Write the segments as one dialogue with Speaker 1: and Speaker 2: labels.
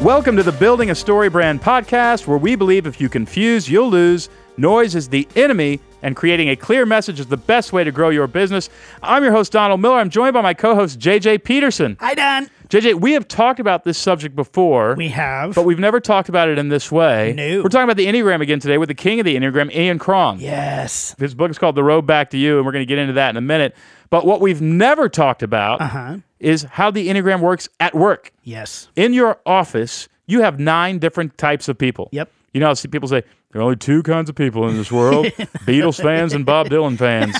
Speaker 1: Welcome to the Building a Story Brand podcast, where we believe if you confuse, you'll lose. Noise is the enemy, and creating a clear message is the best way to grow your business. I'm your host, Donald Miller. I'm joined by my co host, JJ Peterson.
Speaker 2: Hi, Don.
Speaker 1: JJ, we have talked about this subject before.
Speaker 2: We have.
Speaker 1: But we've never talked about it in this way.
Speaker 2: No.
Speaker 1: We're talking about the Enneagram again today with the king of the Enneagram, Ian Cron.
Speaker 2: yes.
Speaker 1: His book is called The Road Back to You, and we're going to get into that in a minute. But what we've never talked about
Speaker 2: Uh-huh.
Speaker 1: is how the Enneagram works at work.
Speaker 2: Yes.
Speaker 1: In your office, you have nine different types of people.
Speaker 2: Yep.
Speaker 1: You know, I see people say, there are only two kinds of people in this world Beatles fans and Bob Dylan fans.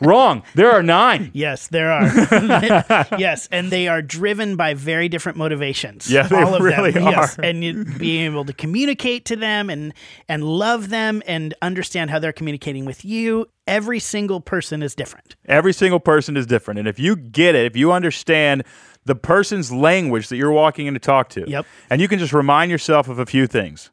Speaker 1: Wrong. There are nine.
Speaker 2: Yes, there are. yes, and they are driven by very different motivations.
Speaker 1: Yeah, they
Speaker 2: all of
Speaker 1: really
Speaker 2: them. Yes,
Speaker 1: are.
Speaker 2: and you, being able to communicate to them and and love them and understand how they're communicating with you. Every single person is different.
Speaker 1: Every single person is different. And if you get it, if you understand the person's language that you're walking in to talk to,
Speaker 2: Yep.
Speaker 1: and you can just remind yourself of a few things.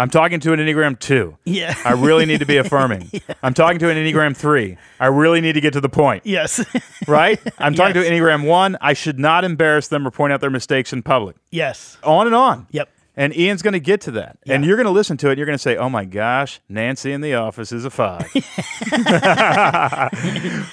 Speaker 1: I'm talking to an Enneagram 2.
Speaker 2: Yeah.
Speaker 1: I really need to be affirming. I'm talking to an Enneagram 3. I really need to get to the point.
Speaker 2: Yes.
Speaker 1: Right? I'm talking to Enneagram 1. I should not embarrass them or point out their mistakes in public.
Speaker 2: yes.
Speaker 1: On and on.
Speaker 2: Yep.
Speaker 1: And Ian's going to get to that. And you're going to listen to it. And you're going to say, oh my gosh, Nancy in the office is a five.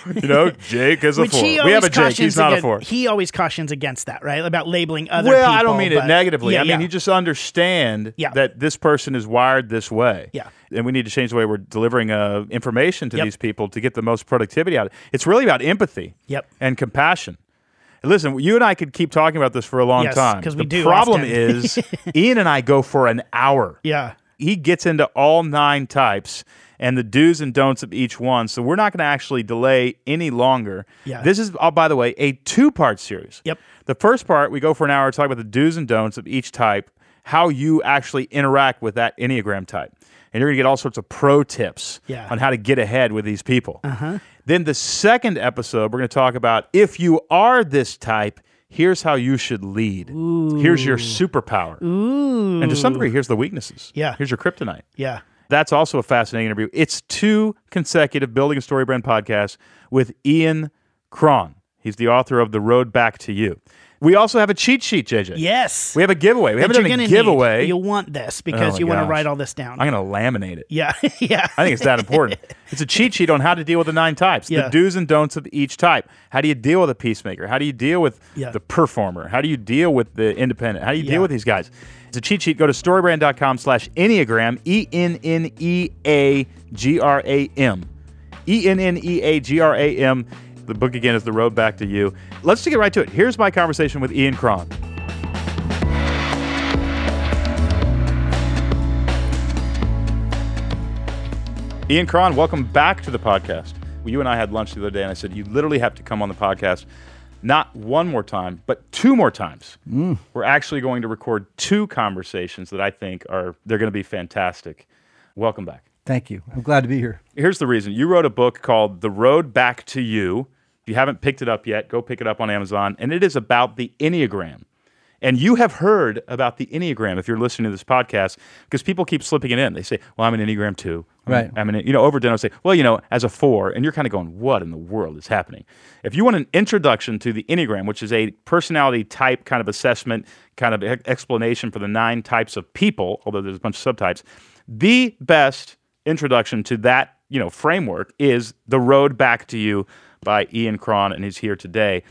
Speaker 1: you know, Jake is a
Speaker 2: Which
Speaker 1: four.
Speaker 2: he
Speaker 1: We
Speaker 2: always
Speaker 1: have a Jake.
Speaker 2: cautions
Speaker 1: He's not a
Speaker 2: against,
Speaker 1: four.
Speaker 2: He always cautions against that, right? About labeling other
Speaker 1: well,
Speaker 2: people.
Speaker 1: I don't mean it
Speaker 2: but-
Speaker 1: negatively.
Speaker 2: Yeah,
Speaker 1: I mean,
Speaker 2: yeah.
Speaker 1: you just understand
Speaker 2: Yeah.
Speaker 1: that this person is wired this way.
Speaker 2: Yeah.
Speaker 1: And we need to change the way we're delivering uh, information to
Speaker 2: Yep.
Speaker 1: these people to get the most productivity out of it. It's really about empathy
Speaker 2: Yep.
Speaker 1: and compassion. And Listen, you and I could keep talking about this for a long
Speaker 2: Yes,
Speaker 1: time.
Speaker 2: 'cause we
Speaker 1: the
Speaker 2: do
Speaker 1: problem
Speaker 2: often.
Speaker 1: is, Ian and I go for an hour.
Speaker 2: Yeah.
Speaker 1: He gets into all nine types and the do's and don'ts of each one. So we're not going to actually delay any longer.
Speaker 2: Yeah.
Speaker 1: This is, oh, by the way, a two part series.
Speaker 2: Yep.
Speaker 1: The first part, we go for an hour talking about the do's and don'ts of each type, how you actually interact with that Enneagram type. And you're going to get all sorts of pro tips
Speaker 2: Yeah.
Speaker 1: on how to get ahead with these people. Uh-huh. Then the second episode, we're going to talk about if you are this type, here's how you should lead. Here's your superpower. Ooh. And to some degree, here's the weaknesses.
Speaker 2: Yeah.
Speaker 1: Here's your kryptonite.
Speaker 2: Yeah.
Speaker 1: That's also a fascinating interview. It's two consecutive Building a Story Brand podcasts with Ian Cron. He's the author of The Road Back to You. We also have a cheat sheet, JJ.
Speaker 2: Yes.
Speaker 1: We have a giveaway. We haven't
Speaker 2: that
Speaker 1: done
Speaker 2: you're
Speaker 1: a
Speaker 2: gonna
Speaker 1: giveaway.
Speaker 2: Need. You'll want this because
Speaker 1: my
Speaker 2: you want
Speaker 1: gosh.
Speaker 2: to write all this down.
Speaker 1: I'm going to laminate it.
Speaker 2: yeah, yeah.
Speaker 1: I think it's that important. It's a cheat sheet on how to deal with the nine types, the
Speaker 2: Yeah.
Speaker 1: do's and don'ts of each type. How do you deal with a peacemaker? How do you deal with
Speaker 2: Yeah.
Speaker 1: the performer? How do you deal with the independent? How do you
Speaker 2: Yeah.
Speaker 1: deal with these guys? It's a cheat sheet. Go to storybrand.com slash Enneagram, E N N E A G R A M. E N N E A G R A M. The book again is The Road Back to You. Let's just get right to it. Here's my conversation with Ian Cron. Ian Cron, welcome back to the podcast. You and I had lunch the other day, and I said, You literally have to come on the podcast not one more time, but two more times. We're actually going to record two conversations that I think are they're going to be fantastic. Welcome back.
Speaker 3: Thank you. I'm glad to be here.
Speaker 1: Here's the reason. You wrote a book called The Road Back to You. If you haven't picked it up yet, go pick it up on Amazon. And it is about the Enneagram. And you have heard about the Enneagram if you're listening to this podcast, because people keep slipping it in. They say, Well, I'm an Enneagram too.
Speaker 3: Right.
Speaker 1: I mean, you know, over dinner, I say, Well, you know, as a four. And you're kind of going, What in the world is happening? If you want an introduction to the Enneagram, which is a personality type kind of assessment, kind of e- explanation for the nine types of people, although there's a bunch of subtypes, the best introduction to that you know framework is the road back to you by ian cron and he's here today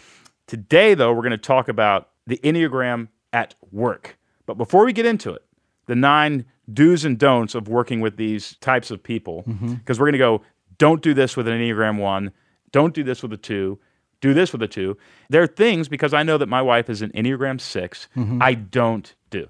Speaker 1: today though we're going to talk about the enneagram at work but before we get into it the nine do's and don'ts of working with these types of people because we're going to go don't do this with an enneagram one don't do this with a two do this with a two there are things because i know that my wife is an enneagram 6 i don't do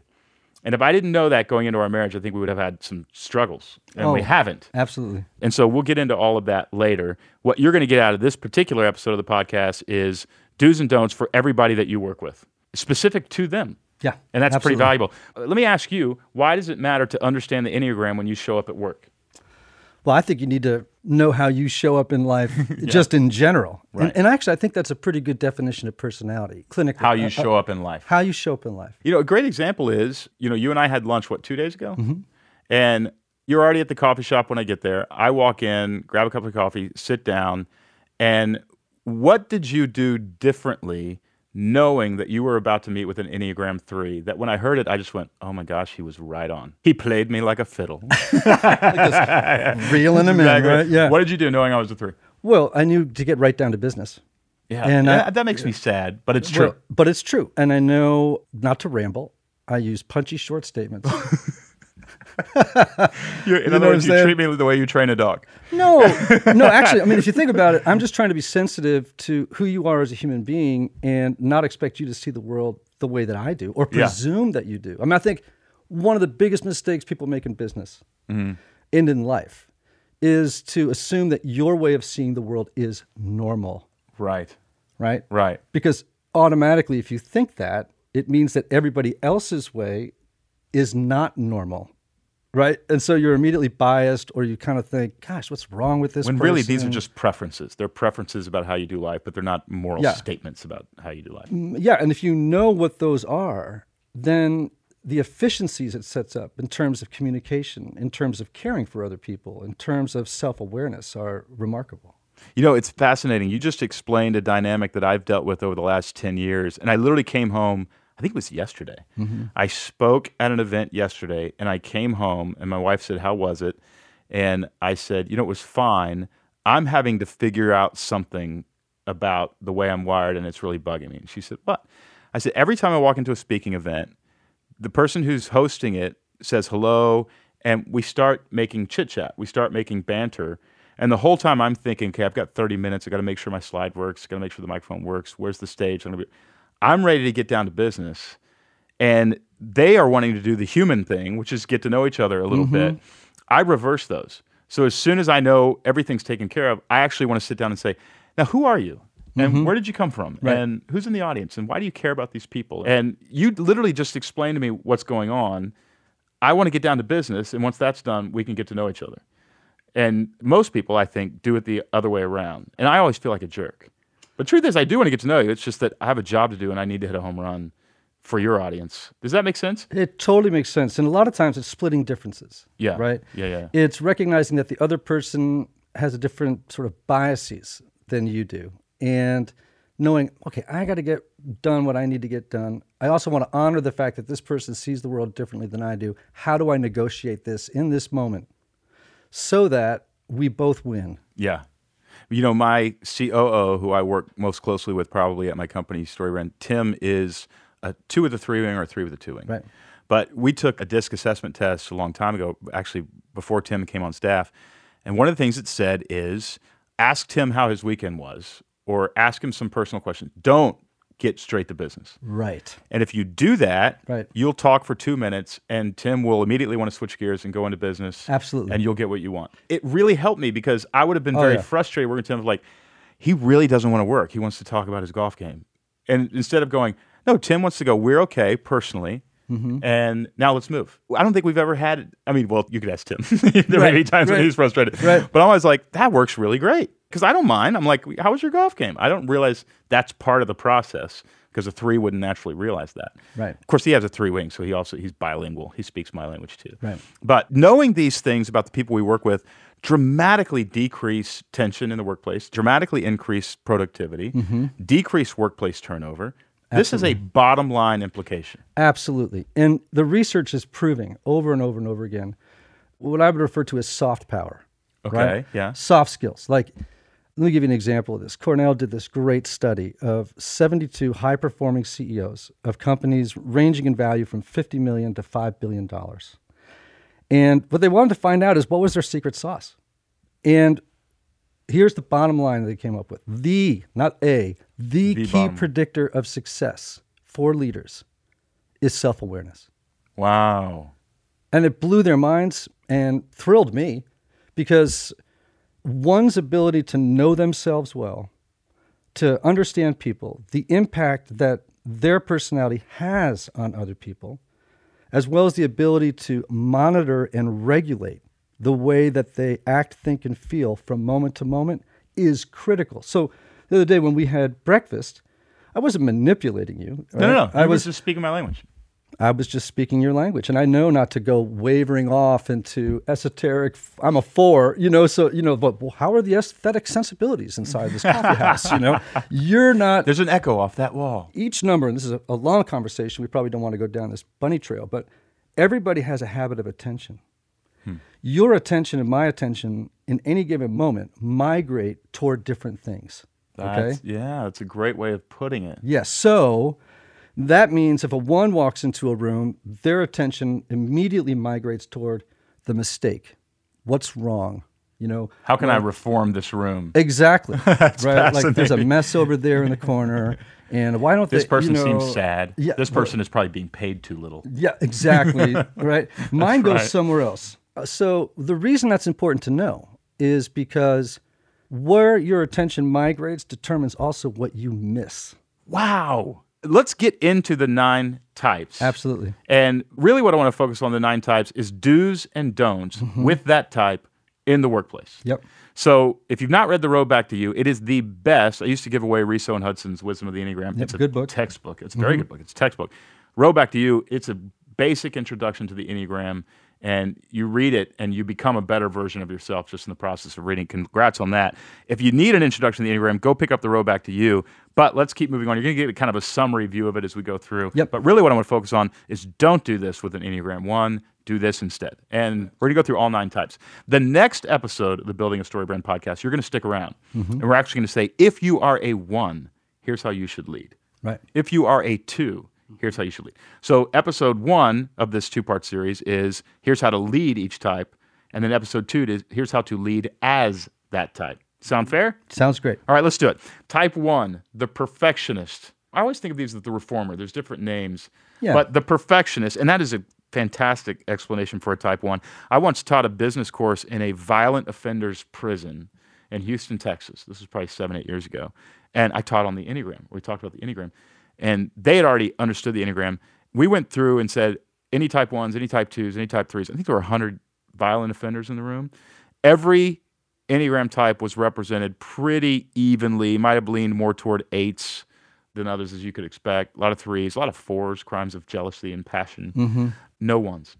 Speaker 1: and if I didn't know that going into our marriage, I think we would have had some struggles, and we
Speaker 3: Oh.
Speaker 1: haven't.
Speaker 3: Absolutely.
Speaker 1: And so we'll get into all of that later. What you're going to get out of this particular episode of the podcast is do's and don'ts for everybody that you work with, specific to them.
Speaker 3: Yeah.
Speaker 1: And that's
Speaker 3: absolutely.
Speaker 1: pretty valuable. Uh, Let me ask you, why does it matter to understand the Enneagram when you show up at work?
Speaker 3: Well, I think you need to know how you show up in life just in general. Right. And, and actually, I think that's a pretty good definition of personality, clinically.
Speaker 1: How you
Speaker 3: Uh,
Speaker 1: show up in life.
Speaker 3: how you show up in life.
Speaker 1: You know, a great example is, you know, you and I had lunch, what, two days ago?
Speaker 3: Mm-hmm.
Speaker 1: And you're already at the coffee shop when I get there. I walk in, grab a cup of coffee, sit down. And what did you do differently knowing that you were about to meet with an Enneagram 3, that when I heard it, I just went, oh my gosh, he was right on. He played me like a fiddle.
Speaker 3: Reeling them in, right? Yeah.
Speaker 1: What did you do knowing I was a 3?
Speaker 3: Well, I knew to get right down to business.
Speaker 1: Yeah.
Speaker 3: And uh,
Speaker 1: Yeah,
Speaker 3: I-
Speaker 1: that makes me sad, but it's true.
Speaker 3: Well, but it's true. And I know not to ramble. I use punchy short statements.
Speaker 1: You're- in
Speaker 3: know
Speaker 1: other
Speaker 3: what
Speaker 1: words,
Speaker 3: I'm
Speaker 1: you
Speaker 3: saying?
Speaker 1: treat me the way you train a dog.
Speaker 3: no, no, actually, I mean, if you think about it, I'm just trying to be sensitive to who you are as a human being and not expect you to see the world the way that I do or presume that you do. I mean, I think one of the biggest mistakes people make in business and in life is to assume that your way of seeing the world is normal,
Speaker 1: Right.
Speaker 3: right?
Speaker 1: Right.
Speaker 3: Because automatically, if you think that, it means that everybody else's way is not normal, right? And so you're immediately biased, or you kind of think, "Gosh, what's wrong with this?"
Speaker 1: When really these are
Speaker 3: person?
Speaker 1: just preferences. They're preferences about how you do life, but they're not moral
Speaker 3: Yeah. Mm.
Speaker 1: statements about how you do life.
Speaker 3: yeah. And if you know what those are, then the efficiencies it sets up in terms of communication, in terms of caring for other people, in terms of self-awareness are remarkable.
Speaker 1: You know, it's fascinating. You just explained a dynamic that I've dealt with over the last 10 years. And I literally came home, I think it was yesterday.
Speaker 3: Mm-hmm.
Speaker 1: I spoke at an event yesterday and I came home and my wife said, How was it? And I said, You know, it was fine. I'm having to figure out something about the way I'm wired and it's really bugging me. And she said, What? I said, Every time I walk into a speaking event, the person who's hosting it says hello and we start making chit chat we start making banter and the whole time i'm thinking okay i've got 30 minutes i got to make sure my slide works got to make sure the microphone works where's the stage I'm, gonna be- I'm ready to get down to business and they are wanting to do the human thing which is get to know each other a little bit i reverse those so as soon as i know everything's taken care of i actually want to sit down and say now who are you and where did you come from? And who's in the audience? And why do you care about these people? And you literally just explained to me what's going on. I want to get down to business. And once that's done, we can get to know each other. And most people, I think, do it the other way around. And I always feel like a jerk. But truth is, I do want to get to know you. It's just that I have a job to do and I need to hit a home run for your audience. Does that make sense?
Speaker 3: It totally makes sense. And a lot of times it's splitting differences.
Speaker 1: Yeah.
Speaker 3: Right?
Speaker 1: Yeah, yeah.
Speaker 3: It's recognizing that the other person has a different sort of biases than you do. And knowing, okay, I got to get done what I need to get done. I also want to honor the fact that this person sees the world differently than I do. How do I negotiate this in this moment so that we both win?
Speaker 1: Yeah. You know, my COO, who I work most closely with probably at my company, Story Run, Tim is a two with a three wing or a three with a two wing.
Speaker 3: Right.
Speaker 1: But we took a disc assessment test a long time ago, actually before Tim came on staff. And one of the things it said is ask Tim how his weekend was or ask him some personal questions. Don't get straight to business.
Speaker 3: Right.
Speaker 1: And if you do that,
Speaker 3: Right.
Speaker 1: you'll talk for two minutes and Tim will immediately want to switch gears and go into business.
Speaker 3: Absolutely. Oh,
Speaker 1: And you'll get what you want. It really helped me because I would have been very frustrated working with Tim of like, he really doesn't want to work. He wants to talk about his golf game. And instead of going, no, Tim wants to go, we're okay personally.
Speaker 3: Mm-hmm.
Speaker 1: And now let's move. I don't think we've ever had. I mean, well, you could ask Tim. there may be
Speaker 3: Right,
Speaker 1: times when
Speaker 3: right.
Speaker 1: he's frustrated,
Speaker 3: Right.
Speaker 1: but I'm always like, that works really great because I don't mind. I'm like, how was your golf game? I don't realize that's part of the process because a three wouldn't naturally realize that.
Speaker 3: Right.
Speaker 1: Of course, he has a three wing, so he also he's bilingual. He speaks my language too.
Speaker 3: Right.
Speaker 1: But knowing these things about the people we work with dramatically decrease tension in the workplace, dramatically increase productivity,
Speaker 3: Mm-hmm.
Speaker 1: decrease workplace turnover. This is a bottom line implication.
Speaker 3: Absolutely. And the research is proving over and over and over again what I would refer to as soft power.
Speaker 1: Okay,
Speaker 3: right?
Speaker 1: yeah.
Speaker 3: Soft skills. Like, let me give you an example of this. Cornell did this great study of 72 high performing CEOs E of companies ranging in value from 50 million to $5 billion. And what they wanted to find out is what was their secret sauce? And here's the bottom line that they came up with the, not a, the, key predictor of success for leaders is self awareness.
Speaker 1: Wow.
Speaker 3: And it blew their minds and thrilled me because one's ability to know themselves well, to understand people, the impact that their personality has on other people, as well as the ability to monitor and regulate the way that they act, think, and feel from moment to moment is critical. So the other day when we had breakfast, I wasn't manipulating you.
Speaker 1: No, no,
Speaker 3: right?
Speaker 1: no.
Speaker 3: I was
Speaker 1: just speaking my language.
Speaker 3: I was just speaking your language, and I know not to go wavering off into esoteric. I'm a four, you know. So you know, but well, how are the aesthetic sensibilities inside this coffee house? You know, you're not
Speaker 1: There's an echo off that wall.
Speaker 3: each number, and this is a, a long conversation, we probably don't want to go down this bunny trail, but everybody has a habit of attention.
Speaker 1: Hmm.
Speaker 3: Your attention and my attention in any given moment migrate toward different things.
Speaker 1: That's, Yeah, that's a great way of putting it.
Speaker 3: Yes. So that means if a one walks into a room, their attention immediately migrates toward the mistake. What's wrong? You know,
Speaker 1: How can I reform this room?
Speaker 3: Exactly. right. Like there's a mess over there in the corner, and why don't
Speaker 1: This
Speaker 3: they,
Speaker 1: person
Speaker 3: you know,
Speaker 1: seems sad.
Speaker 3: yeah,
Speaker 1: this person is probably being paid too little.
Speaker 3: Yeah, exactly. right. Mine goes
Speaker 1: right.
Speaker 3: somewhere else. Uh, So the reason that's important to know is because where your attention migrates determines also what you miss.
Speaker 1: Wow. Let's get into the nine types.
Speaker 3: Absolutely.
Speaker 1: And really, what I want to focus on the nine types is do's and don'ts with that type in the workplace.
Speaker 3: Mm-hmm. Yep.
Speaker 1: So, if you've not read The Road Back to You, it is the best. I used to give away Riso and Hudson's Wisdom of the Enneagram. it's a
Speaker 3: good book.
Speaker 1: Textbook. It's a very good book. It's a textbook. Road Back to You, it's a basic introduction to the Enneagram, and you read it and you become a better version of yourself just in the process of reading. Congrats on that. If you need an introduction to the Enneagram, go pick up The Road Back to You. But let's keep moving on. You're going to get a kind of a summary view of it as we go through.
Speaker 3: Yep.
Speaker 1: But really, what I want to focus on is don't do this with an Enneagram 1. Do this instead. And we're going to go through all nine types. The next episode of the Building a Story Brand podcast, you're going to stick around. And we're actually going to say if you are a one, here's how you should lead.
Speaker 3: Right.
Speaker 1: If you are a two, here's how you should lead. So, episode one of this two part series is here's how to lead each type. And then episode two is here's how to lead as that type. Sound fair?
Speaker 3: Sounds great.
Speaker 1: All right, let's do it. Type one, the perfectionist. I always think of these as the reformer. There's different names.
Speaker 3: Yeah.
Speaker 1: But the perfectionist, and that is a fantastic explanation for a type one. I once taught a business course in a violent offenders prison in Houston, Texas. This was probably seven, eight years ago. And I taught on the Enneagram. We talked about the Enneagram. And they had already understood the Enneagram. We went through and said, any type ones, any type twos, any type threes. I think there were 100 violent offenders in the room. Every Enneagram type was represented pretty evenly. Might have leaned more toward eights than others, as you could expect. A lot of threes, a lot of fours, crimes of jealousy and passion.
Speaker 3: Mm-hmm.
Speaker 1: No ones.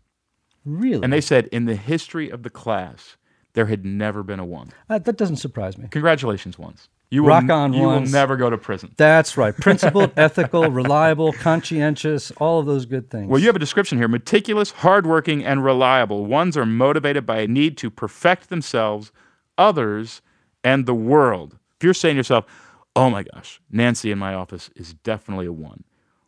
Speaker 3: Really?
Speaker 1: And they said in the history of the class, there had never been a one.
Speaker 3: Uh, that doesn't surprise me.
Speaker 1: Congratulations, ones. You will,
Speaker 3: Rock on,
Speaker 1: you
Speaker 3: ones.
Speaker 1: will never go to prison.
Speaker 3: That's right. Principled, ethical, reliable, conscientious, all of those good things.
Speaker 1: Well, you have a description here meticulous, hardworking, and reliable. Ones are motivated by a need to perfect themselves, others, and the world. If you're saying to yourself, oh my gosh, Nancy in my office is definitely a one,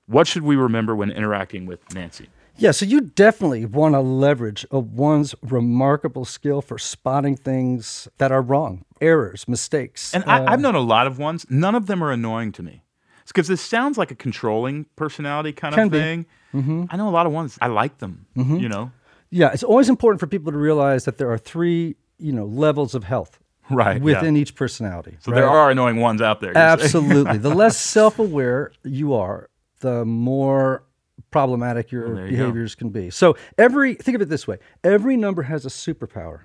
Speaker 1: what should we remember when interacting with Nancy?
Speaker 3: yeah, so you definitely want to leverage a one's remarkable skill for spotting things that are wrong, errors, mistakes. Uh,
Speaker 1: And I, I've known a lot of ones. None of them are annoying to me. It's because this sounds like a controlling personality kind
Speaker 3: Can
Speaker 1: of
Speaker 3: be. Mm-hmm.
Speaker 1: thing. I know a lot of ones. I like them. You know,
Speaker 3: yeah, it's always important for people to realize that there are three, you know, levels of health
Speaker 1: right? yeah.
Speaker 3: within each personality.
Speaker 1: So there are annoying ones out there. you're saying.
Speaker 3: Absolutely. the less self-aware you are, the more problematic your
Speaker 1: there you go.
Speaker 3: behaviors can be. So every think of it this way, every number has a superpower.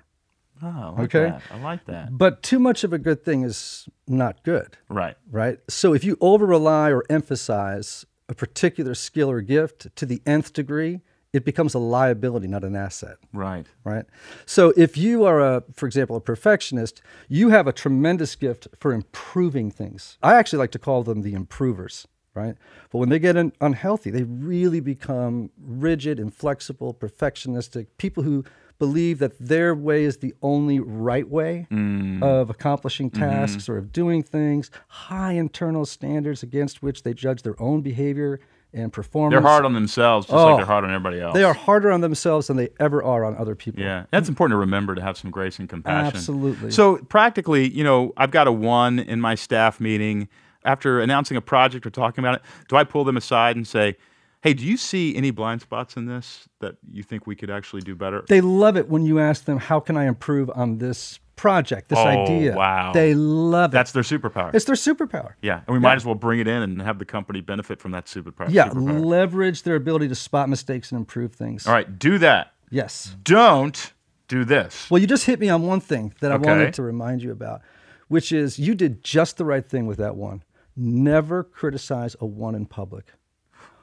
Speaker 1: Oh, I like
Speaker 3: Okay.
Speaker 1: that. I like that.
Speaker 3: But too much of a good thing is not good,
Speaker 1: Right.
Speaker 3: right? So if you over rely or emphasize a particular skill or gift to the nth degree, it becomes a liability, not an asset,
Speaker 1: Right.
Speaker 3: right? So if you are a, for example, a perfectionist, you have a tremendous gift for improving things. I actually like to call them the improvers, right? But when they get un- unhealthy, they really become rigid, inflexible, perfectionistic people who believe that their way is the only right way
Speaker 1: Mm.
Speaker 3: of accomplishing
Speaker 1: Mm-hmm.
Speaker 3: tasks or of doing things, high internal standards against which they judge their own behavior and performance.
Speaker 1: They're hard on themselves, just like they're hard on everybody else.
Speaker 3: Oh. They are harder on themselves than they ever are on other people.
Speaker 1: Yeah, that's important to remember to have some grace and compassion.
Speaker 3: Absolutely.
Speaker 1: So practically, you know, I've got a one in my staff meeting. After announcing a project or talking about it, do I pull them aside and say, "Hey, do you see any blind spots in this that you think we could actually do better?"
Speaker 3: They love it when you ask them, "How can I improve on this project, this
Speaker 1: Oh,
Speaker 3: idea?"
Speaker 1: wow.
Speaker 3: They love it.
Speaker 1: that's their superpower.
Speaker 3: it's their superpower.
Speaker 1: yeah, and we might as well bring it in and have the company benefit from that superpower.
Speaker 3: Yeah,
Speaker 1: superpower.
Speaker 3: leverage their ability to spot mistakes and improve things.
Speaker 1: All right, do that.
Speaker 3: Yes.
Speaker 1: Don't do this.
Speaker 3: Well, you just hit me on one thing that I
Speaker 1: Okay.
Speaker 3: wanted to remind you about, which is you did just the right thing with that one. Never criticize a one in public.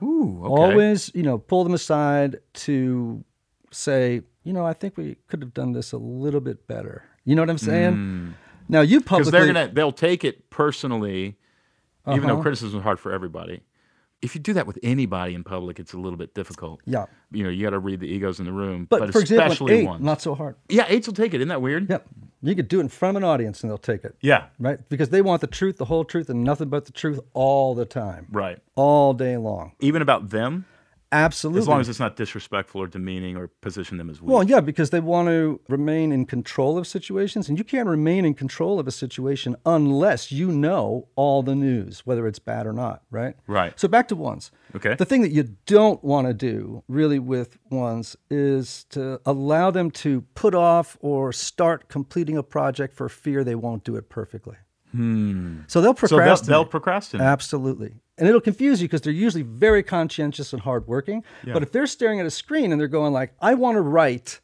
Speaker 1: Ooh, okay.
Speaker 3: Always, you know, pull them aside to say, you know, I think we could have done this a little bit better. You know what I'm saying? Now
Speaker 1: Hmm.
Speaker 3: you
Speaker 1: because
Speaker 3: publicly Uh-huh.
Speaker 1: they're gonna they'll take it personally, even though criticism is hard for everybody. If you do that with anybody in public, it's a little bit difficult.
Speaker 3: Yeah.
Speaker 1: you know, you got to read the egos in the room,
Speaker 3: but,
Speaker 1: but,
Speaker 3: for example,
Speaker 1: especially
Speaker 3: eight,
Speaker 1: ones.
Speaker 3: not so hard.
Speaker 1: yeah, eights will take it. Isn't that weird?
Speaker 3: Yep. You could do it in front of an audience and they'll take it.
Speaker 1: Yeah,
Speaker 3: Right? Because they want the truth, the whole truth, and nothing but the truth all the time.
Speaker 1: right.
Speaker 3: All day long.
Speaker 1: Even about them,
Speaker 3: Absolutely.
Speaker 1: as long as it's not disrespectful or demeaning or position them as weak.
Speaker 3: well, yeah, because they want to remain in control of situations, and you can't remain in control of a situation unless you know all the news, whether it's bad or not, right?
Speaker 1: Right.
Speaker 3: So back to ones.
Speaker 1: Okay.
Speaker 3: The thing that you don't want to do really with ones is to allow them to put off or start completing a project for fear they won't do it perfectly. Hmm. So
Speaker 1: so they'll,
Speaker 3: they'll procrastinate.
Speaker 1: they'll procrastinate.
Speaker 3: Uh, Absolutely. And it'll confuse you because they're usually very conscientious and hardworking. But if they're staring at a screen and they're going like, I want to write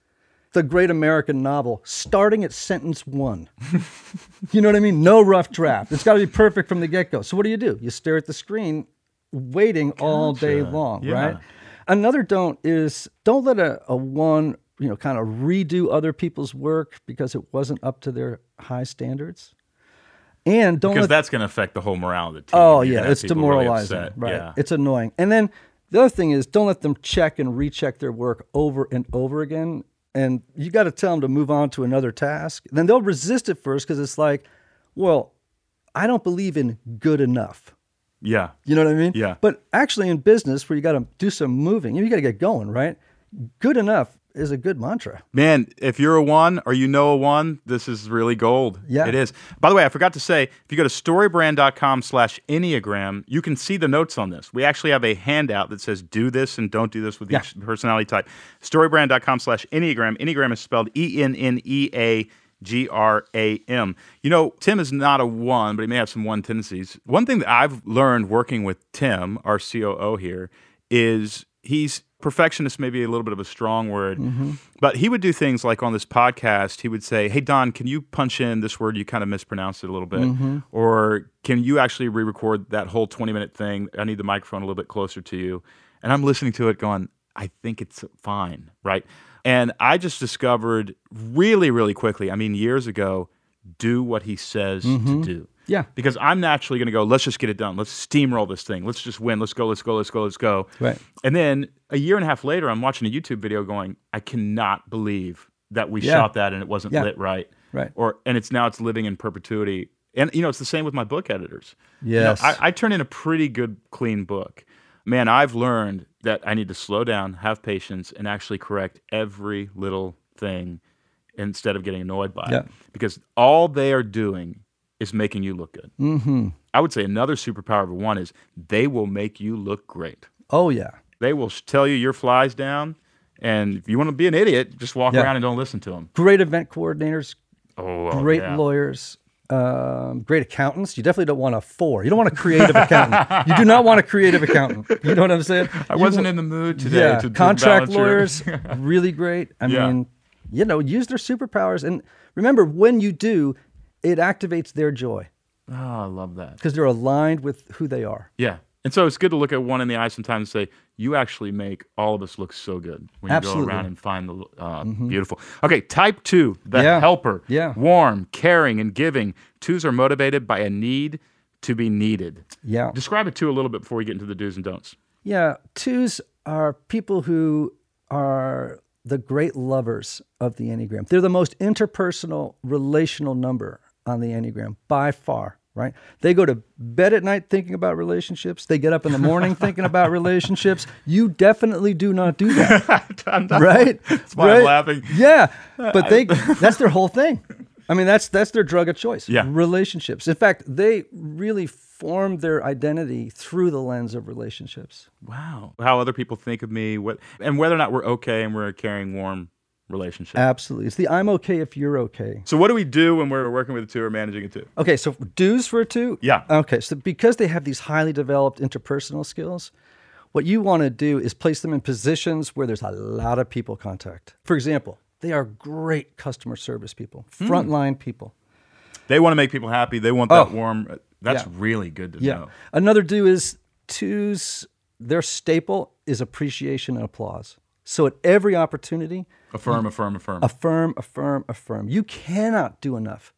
Speaker 3: the great American novel starting at sentence one. you know what I mean? No rough draft. It's got to be perfect from the get go. So what do you do? You stare at the screen waiting all day long,
Speaker 1: Yeah.
Speaker 3: right? Another don't is don't let a, a one, you know, kind of redo other people's work because it wasn't up to their high standards. And don't
Speaker 1: because
Speaker 3: let
Speaker 1: that's going to affect the whole morale of the team.
Speaker 3: Oh
Speaker 1: You're gonna
Speaker 3: yeah,
Speaker 1: have
Speaker 3: it's
Speaker 1: people really
Speaker 3: demoralizing.
Speaker 1: upset.
Speaker 3: right.
Speaker 1: Yeah.
Speaker 3: It's annoying. And then the other thing is don't let them check and recheck their work over and over again. And you got to tell them to move on to another task. Then they'll resist it first because it's like, well, I don't believe in good enough.
Speaker 1: yeah.
Speaker 3: You know what I mean?
Speaker 1: Yeah.
Speaker 3: But actually, in business, where you got to do some moving, you got to get going, right? Good enough is a good mantra.
Speaker 1: Man, if you're a one or you know a one, this is really gold.
Speaker 3: Yeah.
Speaker 1: It is. By the way, I forgot to say, if you go to storybrand.com slash Enneagram, you can see the notes on this. We actually have a handout that says do this and don't do this with each personality type. Storybrand.com slash Enneagram. Enneagram is spelled E N N E A G R A M. You know, Tim is not a one, but he may have some one tendencies. One thing that I've learned working with Tim, our COO here, is he's perfectionist maybe a little bit of a strong word but he would do things like on this podcast he would say hey don can you punch in this word you kind of mispronounced it a little bit or can you actually re-record that whole 20 minute thing i need the microphone a little bit closer to you and i'm listening to it going i think it's fine right and i just discovered really really quickly i mean years ago do what he says to do
Speaker 3: Yeah.
Speaker 1: because i'm naturally going to go let's just get it done let's steamroll this thing let's just win let's go let's go let's go let's go
Speaker 3: Right.
Speaker 1: and then a year and a half later, I'm watching a YouTube video going, I cannot believe that we
Speaker 3: Yeah.
Speaker 1: shot that and it wasn't
Speaker 3: Yeah.
Speaker 1: lit right.
Speaker 3: Right.
Speaker 1: Or and it's now it's living in perpetuity. And you know, it's the same with my book editors. You know,
Speaker 3: Yes.
Speaker 1: I, I turn in a pretty good clean book. Man, I've learned that I need to slow down, have patience, and actually correct every little thing instead of getting annoyed by
Speaker 3: Yeah.
Speaker 1: it. Because all they are doing is making you look good. Mm-hmm. I would say another superpower of one is they will make you look great
Speaker 3: Oh yeah.
Speaker 1: they will sh- tell you your flies down and if you want to be an idiot just walk
Speaker 3: Yeah.
Speaker 1: around and don't listen to them
Speaker 3: Great event coordinators,
Speaker 1: oh
Speaker 3: great lawyers, um, great accountants. You definitely don't want a four. You don't want a creative accountant. You do not want a creative accountant. You know what I'm saying?
Speaker 1: i wasn't in the mood today
Speaker 3: yeah,
Speaker 1: to, to
Speaker 3: contract
Speaker 1: balance your-
Speaker 3: lawyers, really great. I
Speaker 1: Yeah.
Speaker 3: mean, you know, use their superpowers. And remember, when you do, it activates their joy
Speaker 1: oh i love that
Speaker 3: because they're aligned with who they are.
Speaker 1: yeah and so it's good to look at one in the eye sometimes and say you actually make all of us look so good when you
Speaker 3: Absolutely. Mm-hmm.
Speaker 1: go around and find the uh, beautiful okay type two the
Speaker 3: Yeah.
Speaker 1: helper
Speaker 3: Yeah.
Speaker 1: warm caring and giving twos are motivated by a need to be needed
Speaker 3: Yeah.
Speaker 1: describe it two a little bit before we get into the do's and don'ts
Speaker 3: Yeah, twos are people who are the great lovers of the Enneagram. They're the most interpersonal, relational number on the Enneagram by far, right? They go to bed at night thinking about relationships. They get up in the morning thinking about relationships. You definitely do not do that,
Speaker 1: I'm not-
Speaker 3: right? That's
Speaker 1: why I'm laughing.
Speaker 3: Yeah, but they that's their whole thing. I mean, that's that's their drug of choice.
Speaker 1: Yeah.
Speaker 3: Relationships. In fact, they really form their identity through the lens of relationships.
Speaker 1: wow how other people think of me what and whether or not we're okay and we're a caring warm relationship
Speaker 3: Absolutely. It's the I'm okay if you're okay.
Speaker 1: so what do we do when we're working with a two or managing a two
Speaker 3: Okay, so dues for a two?
Speaker 1: Yeah.
Speaker 3: Okay, so because they have these highly developed interpersonal skills, what you want to do is place them in positions where there's a lot of people contact. For example, they are great customer service people,
Speaker 1: Hmm.
Speaker 3: frontline people.
Speaker 1: they want to make people happy they want that warm uh, that's
Speaker 3: Oh. Yeah.
Speaker 1: really good to
Speaker 3: Yeah.
Speaker 1: know
Speaker 3: Another do is twos Their staple is appreciation and applause. So at every opportunity,
Speaker 1: Affirm, affirm, affirm.
Speaker 3: affirm, affirm, affirm. You cannot do enough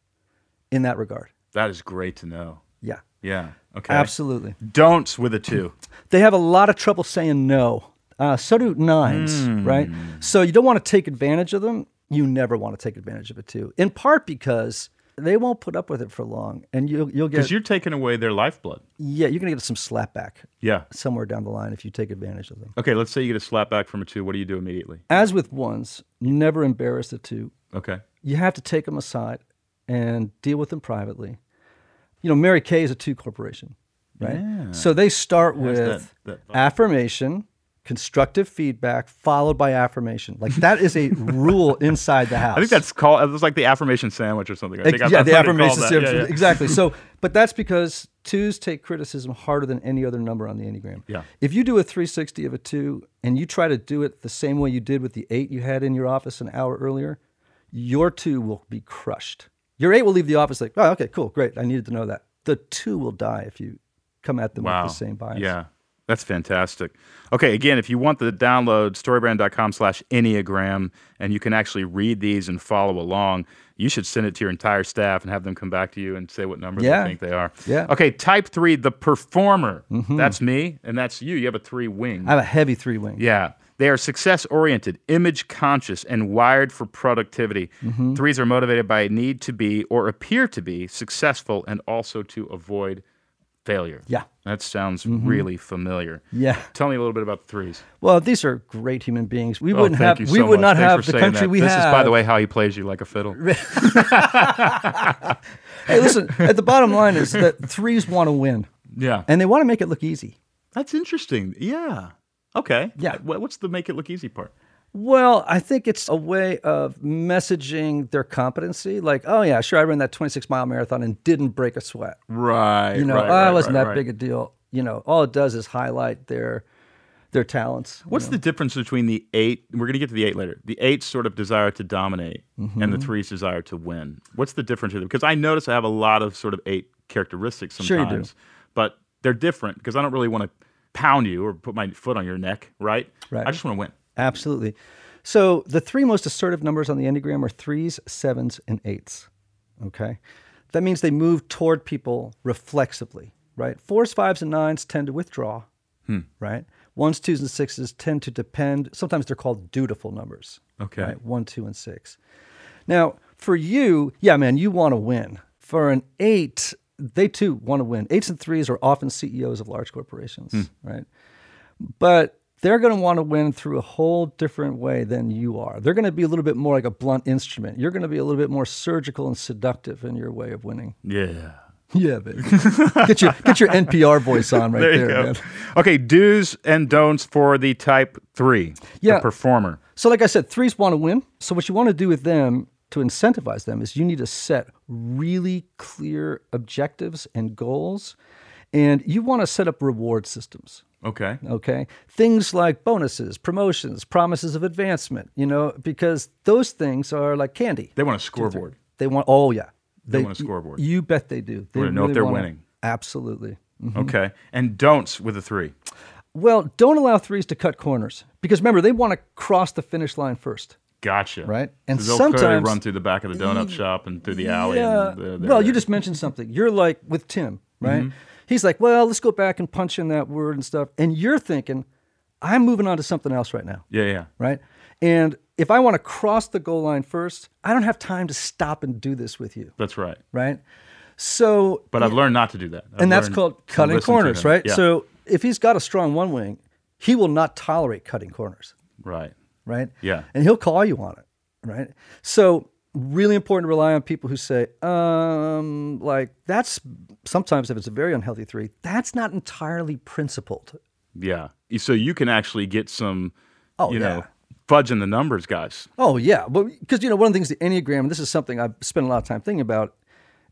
Speaker 3: in that regard.
Speaker 1: that is great to know.
Speaker 3: Yeah,
Speaker 1: Yeah. Okay.
Speaker 3: absolutely.
Speaker 1: Don'ts with a two.
Speaker 3: They have a lot of trouble saying no. Uh, so do nines, right? So you don't want to take advantage of them. You never want to take advantage of it too, in part because they won't put up with it for long, and you'll you'll get
Speaker 1: Because you're taking away their lifeblood.
Speaker 3: yeah you're gonna get some slapback
Speaker 1: Yeah.
Speaker 3: somewhere down the line if you take advantage of them.
Speaker 1: Okay, let's say you get a slap back from a two. What do you do immediately?
Speaker 3: As with ones, you never embarrass the two.
Speaker 1: Okay.
Speaker 3: You have to take them aside and deal with them privately. You know, Mary Kay is a two corporation, right? So they start with
Speaker 1: that- that-
Speaker 3: affirmation, constructive feedback, followed by affirmation. Like that is a rule inside the house.
Speaker 1: I think that's called, it's like the affirmation sandwich or something. I think I've-
Speaker 3: yeah,
Speaker 1: I've
Speaker 3: the
Speaker 1: heard it called
Speaker 3: affirmation
Speaker 1: that.
Speaker 3: system.
Speaker 1: Yeah, yeah.
Speaker 3: Exactly. So, but that's because twos take criticism harder than any other number on the Enneagram.
Speaker 1: Yeah.
Speaker 3: If you do a 360 of a two and you try to do it the same way you did with the eight you had in your office an hour earlier, your two will be crushed. Your eight will leave the office like, oh, okay, cool, great. I needed to know that. The two will die if you come at them with the same bias.
Speaker 1: Yeah. That's fantastic. Okay, again, if you want the download, storybrand.com slash Enneagram, and you can actually read these and follow along, you should send it to your entire staff and have them come back to you and say what number
Speaker 3: Yeah.
Speaker 1: they think they are.
Speaker 3: Yeah. Mm-hmm.
Speaker 1: Okay, type three, the performer. That's me, and that's you. You have a three wing.
Speaker 3: I have a heavy three wing.
Speaker 1: Yeah. They are success oriented, image conscious, and wired for productivity.
Speaker 3: Mm-hmm.
Speaker 1: Threes are motivated by need to be or appear to be successful and also to avoid failure.
Speaker 3: Yeah. Mm-hmm.
Speaker 1: That sounds really familiar.
Speaker 3: Yeah.
Speaker 1: Tell me a little bit about the threes.
Speaker 3: Well, these are great human beings. We
Speaker 1: Oh,
Speaker 3: wouldn't
Speaker 1: thank
Speaker 3: have,
Speaker 1: you
Speaker 3: we
Speaker 1: so
Speaker 3: would
Speaker 1: much.
Speaker 3: not
Speaker 1: Thanks
Speaker 3: have
Speaker 1: for
Speaker 3: the
Speaker 1: saying
Speaker 3: country
Speaker 1: that.
Speaker 3: we
Speaker 1: this
Speaker 3: have.
Speaker 1: is, by the way, how he plays you like a fiddle.
Speaker 3: Hey, listen, at the bottom line is that threes want to win
Speaker 1: Yeah.
Speaker 3: and they want to make it look easy.
Speaker 1: That's interesting. Yeah. Okay.
Speaker 3: Yeah.
Speaker 1: Wha- What's the make it look easy part?
Speaker 3: Well, I think it's a way of messaging their competency. Like, oh, yeah, sure, I ran that 26 mile marathon and didn't break a sweat.
Speaker 1: Right.
Speaker 3: You know,
Speaker 1: right,
Speaker 3: oh,
Speaker 1: right,
Speaker 3: it wasn't
Speaker 1: right,
Speaker 3: that
Speaker 1: right.
Speaker 3: big a deal. You know, all it does is highlight their their talents.
Speaker 1: What's the difference between the eight? We're going to get to the eight later. The eight's sort of desire to dominate and the
Speaker 3: Mm-hmm.
Speaker 1: three's desire to win. What's the difference here? Because I notice I have a lot of sort of eight characteristics
Speaker 3: Sure you do.
Speaker 1: sometimes, but they're different because I don't really want to pound you or put my foot on your neck, right?
Speaker 3: Right.
Speaker 1: I just want to win.
Speaker 3: Absolutely. So the three most assertive numbers on the Enneagram are threes, sevens, and eights. Okay. That means they move toward people reflexively, right? Fours, fives, and nines tend to withdraw, right? Ones, twos, and sixes tend to depend. Sometimes they're called dutiful numbers.
Speaker 1: Okay.
Speaker 3: right? One, two, and six. Now, for you, yeah, man, you want to win. For an eight, they too want to win. Eights and threes are often CEOs of large corporations, right? but they're going to want to win through a whole different way than you are. They're going to be a little bit more like a blunt instrument. You're going to be a little bit more surgical and seductive in your way of winning.
Speaker 1: Yeah.
Speaker 3: Yeah, baby. get your get your NPR voice on right there, man.
Speaker 1: Okay, do's and don'ts for the type three,
Speaker 3: Yeah.
Speaker 1: the performer.
Speaker 3: So, like I said, threes want to win. So, what you want to do with them to incentivize them is you need to set really clear objectives and goals, and you want to set up reward systems.
Speaker 1: Okay.
Speaker 3: okay things like bonuses promotions promises of advancement you know because those things are like candy
Speaker 1: They want a scoreboard.
Speaker 3: they want oh yeah they,
Speaker 1: want a scoreboard.
Speaker 3: you bet they do they
Speaker 1: wanna know if they're
Speaker 3: wanna-
Speaker 1: winning.
Speaker 3: absolutely
Speaker 1: Okay. And don'ts with a three.
Speaker 3: well don't allow threes to cut corners because remember they want to cross the finish line first
Speaker 1: Gotcha.
Speaker 3: Right?
Speaker 1: And
Speaker 3: And
Speaker 1: so they'll clearly
Speaker 3: sometimes-
Speaker 1: run through the back of the donut shop and through the alley.
Speaker 3: yeah
Speaker 1: And the, Mm-hmm. the-
Speaker 3: well you just mentioned something you're like with tim right he's like well let's go back and punch in that word and stuff and you're thinking i'm moving on to something else right now
Speaker 1: yeah, yeah.
Speaker 3: right? And if I want to cross the goal line first, I don't have time to stop and do this with you,
Speaker 1: That's right.
Speaker 3: right? So,
Speaker 1: But I've learned not to do that. I've
Speaker 3: and that's
Speaker 1: learned
Speaker 3: called
Speaker 1: to
Speaker 3: cutting
Speaker 1: listen to
Speaker 3: corners,
Speaker 1: them.
Speaker 3: right?
Speaker 1: Yeah.
Speaker 3: So, if he's got a strong one wing, he will not tolerate cutting corners,
Speaker 1: right.
Speaker 3: right?
Speaker 1: Yeah.
Speaker 3: And he'll call you on it, right? So, really important to rely on people who say, um, like, that's sometimes if it's a very unhealthy three, that's not entirely principled.
Speaker 1: Yeah. So you can actually get some,
Speaker 3: Oh,
Speaker 1: you know,
Speaker 3: yeah.
Speaker 1: fudging the numbers, guys.
Speaker 3: Oh yeah, well, because you know one of the things the Enneagram, and this is something I've spent a lot of time thinking about.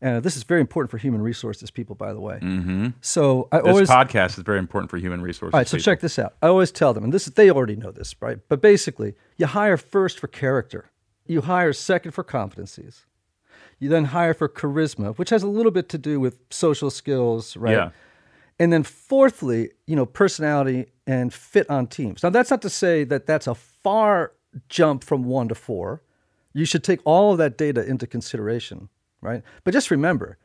Speaker 3: Uh, this is very important for human resources people, by the way. Mm-hmm. So I
Speaker 1: This
Speaker 3: always all
Speaker 1: podcast is very important for human resources.
Speaker 3: right. So check this out. I always tell them, and this is they already know this, right? But basically, you hire first for character, you hire second for competencies, you then hire for charisma, which has a little bit to do with social skills, right?
Speaker 1: Yeah.
Speaker 3: And then fourthly, you know, personality and fit on teams. Now that's not to say that that's a far jump from 1 to 4. You should take all of that data into consideration, right? But just remember,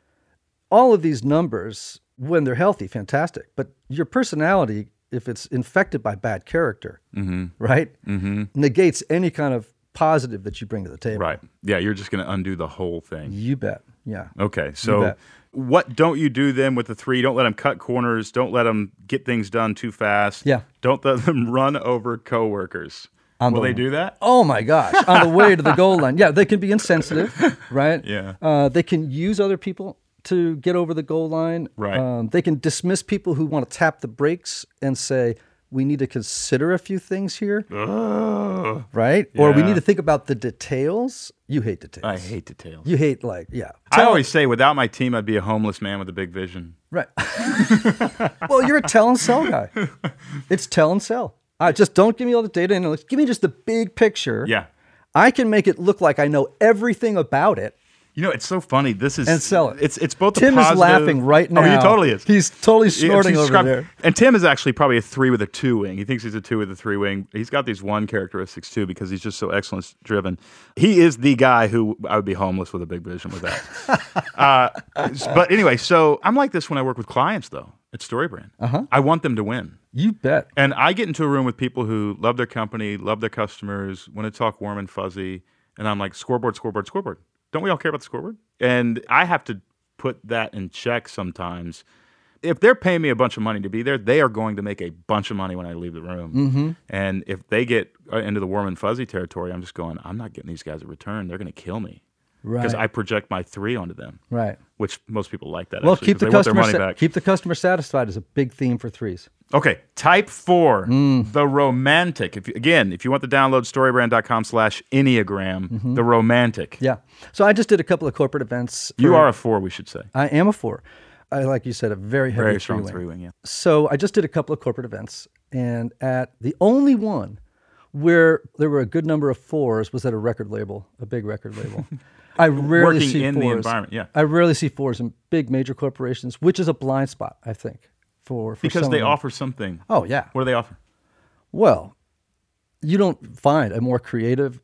Speaker 3: all of these numbers when they're healthy, fantastic, but your personality if it's infected by bad character, right? Negates any kind of positive that you bring to the table.
Speaker 1: Right. Yeah, you're just going to undo the whole thing.
Speaker 3: You bet. Yeah.
Speaker 1: Okay. So
Speaker 3: bet.
Speaker 1: what don't you do then with the three? Don't let them cut corners. Don't let them get things done too fast.
Speaker 3: Yeah.
Speaker 1: Don't let them run over coworkers. Will they do that?
Speaker 3: Oh my gosh, on the way to the goal line. Yeah, they can be insensitive, right?
Speaker 1: Yeah.
Speaker 3: Uh, they can use other people to get over the goal line.
Speaker 1: Right.
Speaker 3: Um, they can dismiss people who want to tap the brakes and say, we need to consider a few things here,
Speaker 1: Ugh.
Speaker 3: right? Or we
Speaker 1: Yeah.
Speaker 3: need to think about the details. You hate details.
Speaker 1: I hate details.
Speaker 3: You hate, like, yeah.
Speaker 1: I always say, without my team, I'd be a homeless man with a big vision.
Speaker 3: Right. well, you're a tell and sell guy. It's tell and sell. I just don't give me all the data analytics. Give me just the big picture.
Speaker 1: Yeah.
Speaker 3: I can make it look like I know everything about it.
Speaker 1: You know, it's so funny. This is
Speaker 3: And sell it.
Speaker 1: It's it's both.
Speaker 3: Tim
Speaker 1: the
Speaker 3: is
Speaker 1: positive-
Speaker 3: laughing right now.
Speaker 1: Oh, he totally is.
Speaker 3: He's totally
Speaker 1: He-
Speaker 3: snorting
Speaker 1: he's
Speaker 3: over
Speaker 1: scrub-
Speaker 3: there.
Speaker 1: And Tim is actually probably a three with a two wing. He thinks he's a two with a three wing. He's got these one characteristics too because he's just so excellence driven. He is the guy who I would be homeless with a big vision with that. uh, but anyway, so I'm like this when I work with clients though at StoryBrand. Uh-huh. I want them to win.
Speaker 3: You bet.
Speaker 1: And I get into a room with people who love their company, love their customers, want to talk warm and fuzzy. And I'm like, scoreboard, scoreboard, scoreboard. Don't we all care about the scoreboard? And I have to put that in check sometimes. If they're paying me a bunch of money to be there, they are going to make a bunch of money when I leave the room.
Speaker 3: Mm-hmm.
Speaker 1: And if they get uh, into the warm and fuzzy territory, I'm just going, I'm not getting these guys a return. They're going to kill me because
Speaker 3: Right.
Speaker 1: I project my three onto them,
Speaker 3: right.
Speaker 1: which most people like that.
Speaker 3: Well,
Speaker 1: actually,
Speaker 3: keep
Speaker 1: 'cause
Speaker 3: the
Speaker 1: they want their
Speaker 3: customer
Speaker 1: money
Speaker 3: sa-
Speaker 1: back.
Speaker 3: keep the customer satisfied is a big theme for threes.
Speaker 1: Okay, type four,
Speaker 3: Mm.
Speaker 1: the romantic. If you, again, if you want the download, storybrand.com slash Enneagram, the romantic.
Speaker 3: Mm-hmm. Yeah. So I just did a couple of corporate events.
Speaker 1: You
Speaker 3: for-
Speaker 1: are a four, we should say.
Speaker 3: I am a four. I like you said a very heavy
Speaker 1: Very strong
Speaker 3: three-wing.
Speaker 1: three wing, yeah.
Speaker 3: So I just did a couple of corporate events, and at the only one where there were a good number of fours was at a record label, a big record label. I rarely
Speaker 1: Working
Speaker 3: see
Speaker 1: in the
Speaker 3: fours.
Speaker 1: environment, yeah.
Speaker 3: I rarely see fours in big major corporations, which is a blind spot, I think, for, for
Speaker 1: Because
Speaker 3: some
Speaker 1: they
Speaker 3: of them.
Speaker 1: offer something.
Speaker 3: Oh yeah.
Speaker 1: What do they offer?
Speaker 3: Well, you don't find a more creative,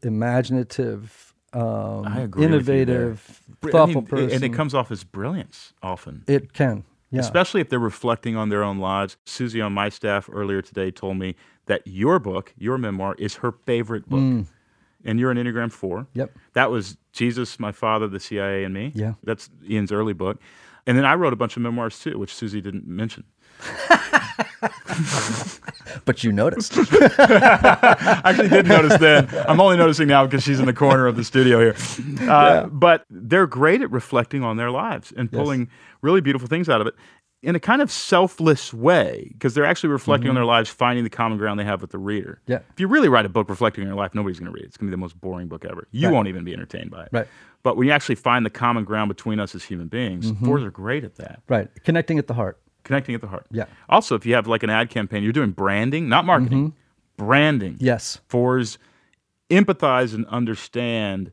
Speaker 3: imaginative, um,
Speaker 1: I agree with you there.
Speaker 3: innovative,
Speaker 1: Br- I
Speaker 3: thoughtful
Speaker 1: mean,
Speaker 3: person.
Speaker 1: And it comes off as brilliance often.
Speaker 3: It can. Yeah.
Speaker 1: especially if they're reflecting on their own lives. Susie on my staff earlier today told me that your book, your memoir, is her favorite book. And you're an Enneagram 4.
Speaker 3: Mm. Yep.
Speaker 1: That was Jesus, my father, the CIA, and me.
Speaker 3: Yeah.
Speaker 1: That's Ian's early book. And then I wrote a bunch of memoirs too, which Susie didn't mention.
Speaker 3: but you noticed.
Speaker 1: I actually did notice then. I'm only noticing now because she's in the corner of the studio here. Uh, But they're great at reflecting on their lives and pulling really beautiful things out of it in a kind of selfless way because they're actually reflecting on their lives, finding the common ground they have with the reader.
Speaker 3: Mm-hmm. Yeah.
Speaker 1: If you really write a book reflecting on your life, nobody's going to read it. It's going to be the most boring book ever. You won't even be entertained by it.
Speaker 3: Right.
Speaker 1: But when you actually find the common ground between us as human beings,
Speaker 3: Mm-hmm.
Speaker 1: fours are great at that
Speaker 3: Right. Connecting at the heart.
Speaker 1: connecting at the heart.
Speaker 3: Yeah.
Speaker 1: Also, if you have like an ad campaign, you're doing branding, not marketing,
Speaker 3: Mm-hmm.
Speaker 1: branding.
Speaker 3: Yes.
Speaker 1: Fours empathize and understand.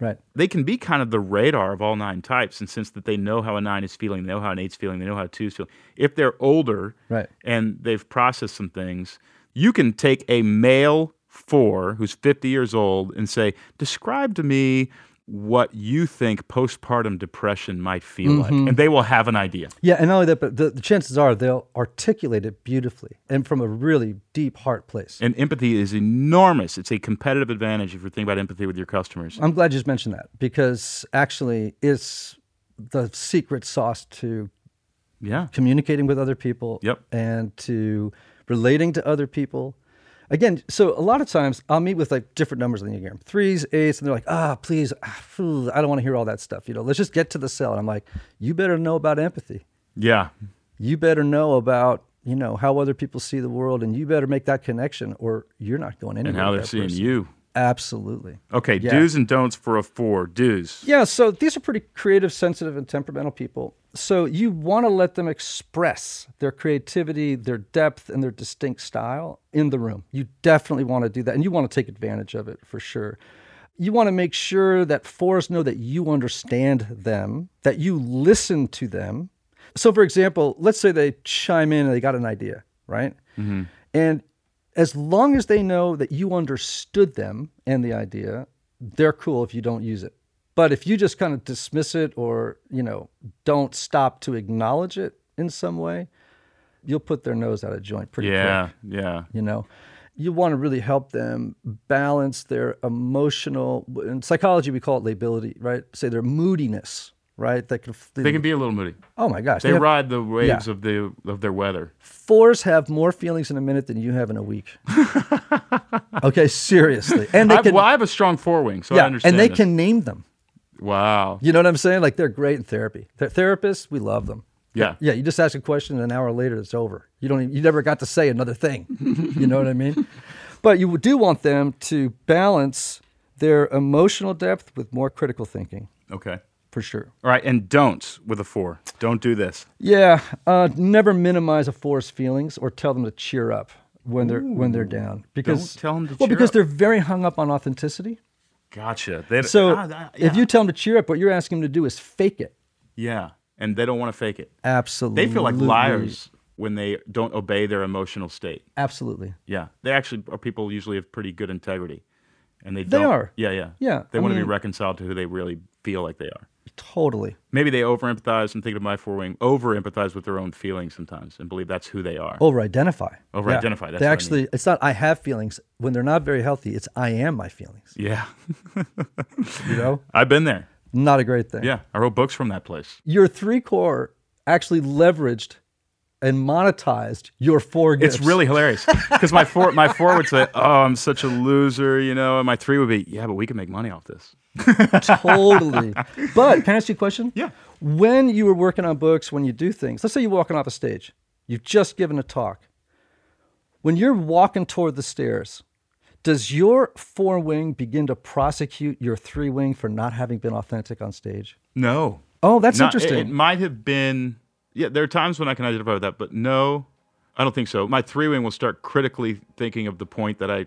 Speaker 3: Right.
Speaker 1: They can be kind of the radar of all nine types in the sense that they know how a nine is feeling, they know how an eight's feeling, they know how a two's feeling. If they're older
Speaker 3: Right.
Speaker 1: and they've processed some things, you can take a male four who's 50 years old and say, Describe to me what you think postpartum depression might feel
Speaker 3: Mm-hmm.
Speaker 1: like. And they will have an idea.
Speaker 3: Yeah, and not only that, but the, the chances are they'll articulate it beautifully and from a really deep heart place.
Speaker 1: And empathy is enormous. It's a competitive advantage if you're thinking about empathy with your customers.
Speaker 3: I'm glad you just mentioned that because actually it's the secret sauce to
Speaker 1: Yeah.
Speaker 3: communicating with other people
Speaker 1: Yep.
Speaker 3: and to relating to other people. Again, so a lot of times I'll meet with like different numbers in the Enneagram, threes, eights, and they're like, ah, please, ah, phew, I don't want to hear all that stuff. You know, let's just get to the cell. And I'm like, you better know about empathy.
Speaker 1: Yeah.
Speaker 3: you better know about you know how other people see the world and you better make that connection or you're not going anywhere
Speaker 1: And how
Speaker 3: with
Speaker 1: they're
Speaker 3: that
Speaker 1: seeing
Speaker 3: person.
Speaker 1: you.
Speaker 3: absolutely
Speaker 1: Okay.
Speaker 3: Yeah.
Speaker 1: Do's and don'ts for a four. Do's.
Speaker 3: yeah so these are pretty creative sensitive and temperamental people so you want to let them express their creativity their depth and their distinct style in the room you definitely want to do that and you want to take advantage of it for sure you want to make sure that fours know that you understand them that you listen to them So, for example, let's say they chime in and they got an idea, right? And as long as they know that you understood them and the idea, they're cool if you don't use it. But if you just kind of dismiss it or, you know, don't stop to acknowledge it in some way, you'll put their nose out of joint pretty quick
Speaker 1: Yeah, yeah.
Speaker 3: you know you want to really help them balance their emotional in psychology we call it lability right say their moodiness right that can
Speaker 1: They can be a little moody.
Speaker 3: oh my gosh
Speaker 1: They
Speaker 3: have-
Speaker 1: ride the waves of the of their weather.
Speaker 3: fours have more feelings in a minute than you have in a week okay seriously and they
Speaker 1: I,
Speaker 3: can
Speaker 1: well, I have a strong forewing, so I
Speaker 3: yeah
Speaker 1: understand.
Speaker 3: and they
Speaker 1: this.
Speaker 3: can name them
Speaker 1: Wow.
Speaker 3: you know what i'm saying like they're great in therapy they're therapists we love them
Speaker 1: Yeah.
Speaker 3: yeah you just ask a question and an hour later it's over you don't even, you never got to say another thing you know what i mean but you do want them to balance their emotional depth with more critical thinking
Speaker 1: Okay.
Speaker 3: for sure
Speaker 1: All right, and don'ts with a four. Don't do this.
Speaker 3: yeah uh, never minimize a force feelings or tell them to cheer up when they're when they're down because
Speaker 1: tell 'em to
Speaker 3: well
Speaker 1: cheer
Speaker 3: because
Speaker 1: up.
Speaker 3: they're very hung up on authenticity
Speaker 1: Gotcha. They,
Speaker 3: so
Speaker 1: ah, ah, yeah.
Speaker 3: if you tell them to cheer up what you're asking them to do is fake it
Speaker 1: yeah, and they don't want to fake it.
Speaker 3: absolutely
Speaker 1: They feel like liars when they don't obey their emotional state.
Speaker 3: absolutely
Speaker 1: Yeah, they actually are people usually of pretty good integrity, and they
Speaker 3: They
Speaker 1: don't-
Speaker 3: are.
Speaker 1: Yeah, yeah,
Speaker 3: Yeah,
Speaker 1: They
Speaker 3: I
Speaker 1: want to be
Speaker 3: mean-
Speaker 1: reconciled to who they really feel like they are.
Speaker 3: totally
Speaker 1: Maybe they over empathize. I'm thinking of my four wing. Over empathize with their own feelings sometimes and believe that's who they are.
Speaker 3: over identify.
Speaker 1: Over identify, that's
Speaker 3: they
Speaker 1: what I
Speaker 3: actually, it's not I have feelings when they're not very healthy. It's I am my feelings.
Speaker 1: Yeah,
Speaker 3: You know,
Speaker 1: I've been there.
Speaker 3: not a great thing.
Speaker 1: Yeah, I wrote books from that place.
Speaker 3: Your three core actually leveraged and monetized your four gifts.
Speaker 1: It's really hilarious because my four my four would say, "Oh, I'm such a loser," you know, and my three would be, "Yeah, but we can make money off this."
Speaker 3: totally. But can I ask you a question?
Speaker 1: Yeah.
Speaker 3: When you were working on books, when you do things, let's say you're walking off a stage, you've just given a talk. When you're walking toward the stairs, does your four wing begin to prosecute your three wing for not having been authentic on stage?
Speaker 1: No,
Speaker 3: Oh, that's
Speaker 1: Not- it-
Speaker 3: interesting.
Speaker 1: It, might have been. Yeah, there are times when I can identify with that, but no, I don't think so. My three wing will start critically thinking of the point that I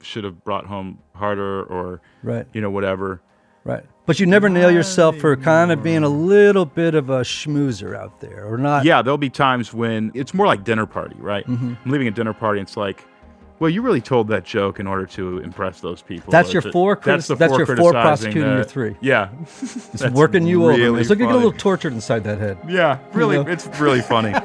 Speaker 1: should have brought home harder, or
Speaker 3: Right.
Speaker 1: you know, whatever.
Speaker 3: Right. But you never nail yourself for kind of being a little bit of a schmoozer out there or not.
Speaker 1: Yeah, there'll be times when it's more like dinner party, right?
Speaker 3: Mm-hmm.
Speaker 1: I'm leaving a dinner party, and it's like. Well, you really told that joke in order to impress those people.
Speaker 3: That's
Speaker 1: or
Speaker 3: your
Speaker 1: to-
Speaker 3: four criti-
Speaker 1: That's the
Speaker 3: that's
Speaker 1: four
Speaker 3: your four
Speaker 1: criticizing
Speaker 3: prosecuting your
Speaker 1: that.
Speaker 3: three.
Speaker 1: Yeah,
Speaker 3: It's working you over.
Speaker 1: really
Speaker 3: It's like you get a
Speaker 1: funny.
Speaker 3: little tortured inside that head.
Speaker 1: yeah, really,
Speaker 3: know?
Speaker 1: it's really funny.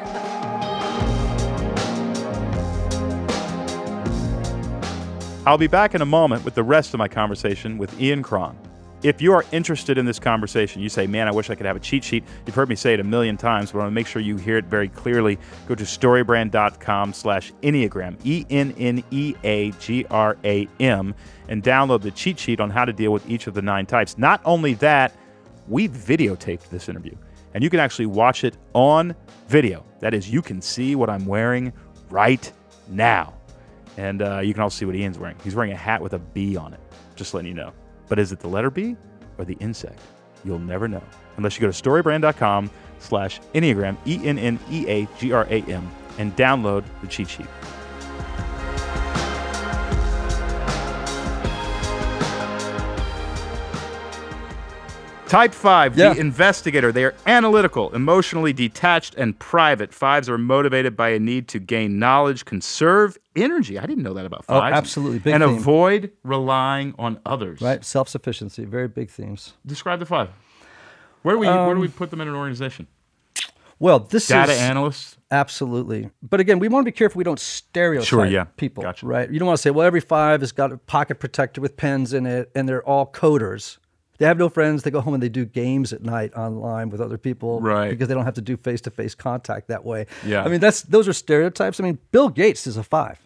Speaker 1: I'll be back in a moment with the rest of my conversation with Ian Cron. If you are interested in this conversation, you say, man, I wish I could have a cheat sheet. You've heard me say it a million times, but I want to make sure you hear it very clearly. Go to storybrand.com slash Enneagram, E E-N-N-E-A-G-R-A-M, and download the cheat sheet on how to deal with each of the nine types. Not only that, we videotaped this interview, and you can actually watch it on video. That is, you can see what I'm wearing right now. And uh, you can also see what Ian's wearing. He's wearing a hat with a bee on it, just letting you know. But is it the letter B or the insect? You'll never know unless you go to storybrand.com slash Enneagram, E E-N-N-E-A-G-R-A-M, and download the cheat sheet. Type five,
Speaker 3: Yeah.
Speaker 1: the investigator. They are analytical, emotionally detached, and private. Fives are motivated by a need to gain knowledge, conserve energy. I didn't know that about
Speaker 3: Oh,
Speaker 1: fives.
Speaker 3: absolutely. Big
Speaker 1: and
Speaker 3: theme.
Speaker 1: avoid relying on others.
Speaker 3: Right? Self sufficiency, very big themes.
Speaker 1: Describe the five. Where do we where do we put them in an organization?
Speaker 3: Well, this
Speaker 1: Data
Speaker 3: is
Speaker 1: analysts.
Speaker 3: absolutely. But again, we want to be careful we don't stereotype
Speaker 1: Sure, yeah.
Speaker 3: people,
Speaker 1: Gotcha.
Speaker 3: right? You don't want to say, well, every five has got a pocket protector with pens in it and they're all coders. They have no friends. They go home and they do games at night online with other people,
Speaker 1: Right.
Speaker 3: Because they don't have to do face to face contact that way.
Speaker 1: Yeah.
Speaker 3: I mean, that's those are stereotypes. I mean, Bill Gates is a five.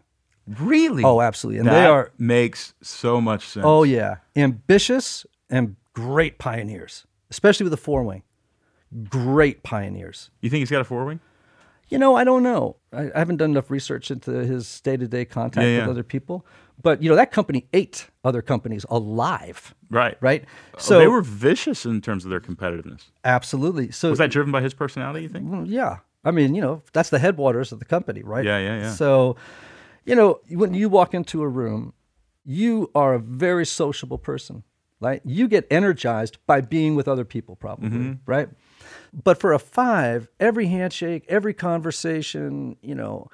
Speaker 1: Really?
Speaker 3: Oh, absolutely. And they
Speaker 1: That
Speaker 3: are
Speaker 1: makes so much sense.
Speaker 3: Oh yeah, ambitious and great pioneers, especially with the four wing. Great pioneers.
Speaker 1: You think he's got a four wing?
Speaker 3: You know, I don't know. I, I haven't done enough research into his day to day contact
Speaker 1: Yeah, yeah.
Speaker 3: with other people, but you know that company ate other companies alive,
Speaker 1: Right.
Speaker 3: right?
Speaker 1: So
Speaker 3: So
Speaker 1: Uh, Oh, they were vicious in terms of their competitiveness.
Speaker 3: absolutely. So
Speaker 1: Was that driven by his personality, you think?
Speaker 3: Well, yeah. I mean, you know, that's the headwaters of the company, right?
Speaker 1: Yeah, yeah, yeah.
Speaker 3: So, you know, when you walk into a room, you are a very sociable person. right? You get energized by being with other people, probably,
Speaker 1: Mm-hmm.
Speaker 3: right? But for a five, every handshake, every conversation, you know,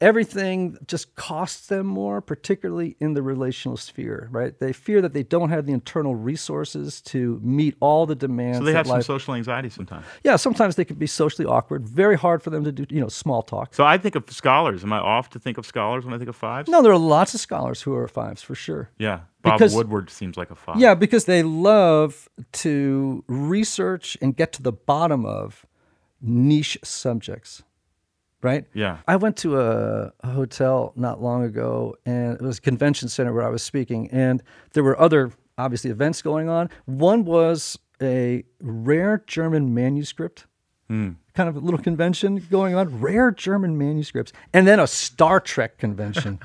Speaker 3: everything just costs them more, particularly in the relational sphere, right? They fear that they don't have the internal resources to meet all the demands.
Speaker 1: So they
Speaker 3: that
Speaker 1: have some
Speaker 3: life-
Speaker 1: social anxiety sometimes.
Speaker 3: yeah, sometimes they can be socially awkward. Very hard for them to do, you know, small talk.
Speaker 1: So I think of scholars. Am I off to think of scholars when I think of fives?
Speaker 3: No, there are lots of scholars who are fives for sure.
Speaker 1: Yeah. Bob
Speaker 3: Because-
Speaker 1: Woodward seems like a five.
Speaker 3: Yeah, because they love to research and get to the bottom of niche subjects, right?
Speaker 1: Yeah.
Speaker 3: I went to a, a hotel not long ago, and it was a convention center where I was speaking, and there were other obviously events going on. One was a rare German manuscript.
Speaker 1: Hmm.
Speaker 3: Kind of a little convention going on, rare German manuscripts, and then a Star Trek convention.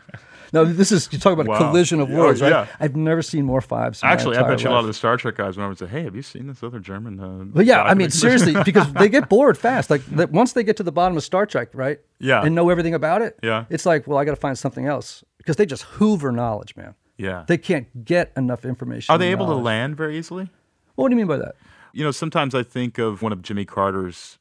Speaker 3: now, this is, you talk about
Speaker 1: Wow.
Speaker 3: a collision of
Speaker 1: Oh,
Speaker 3: worlds, right?
Speaker 1: yeah.
Speaker 3: I've never seen more fives. in my
Speaker 1: Actually, I
Speaker 3: entire
Speaker 1: bet you a lot
Speaker 3: life.
Speaker 1: of the Star Trek guys went over and said, "Hey, have you seen this other German?" Uh,
Speaker 3: But yeah, I mean,
Speaker 1: document?"
Speaker 3: seriously, because they get bored fast. Like that once they get to the bottom of Star Trek, right?
Speaker 1: Yeah.
Speaker 3: And know everything about it.
Speaker 1: Yeah.
Speaker 3: It's like, well, I got to find something else because they just hoover knowledge, man.
Speaker 1: yeah.
Speaker 3: They can't get enough information.
Speaker 1: Are
Speaker 3: and
Speaker 1: they able to
Speaker 3: knowledge.
Speaker 1: land very easily?
Speaker 3: What do you mean by that?
Speaker 1: You know, sometimes I think of one of Jimmy Carter's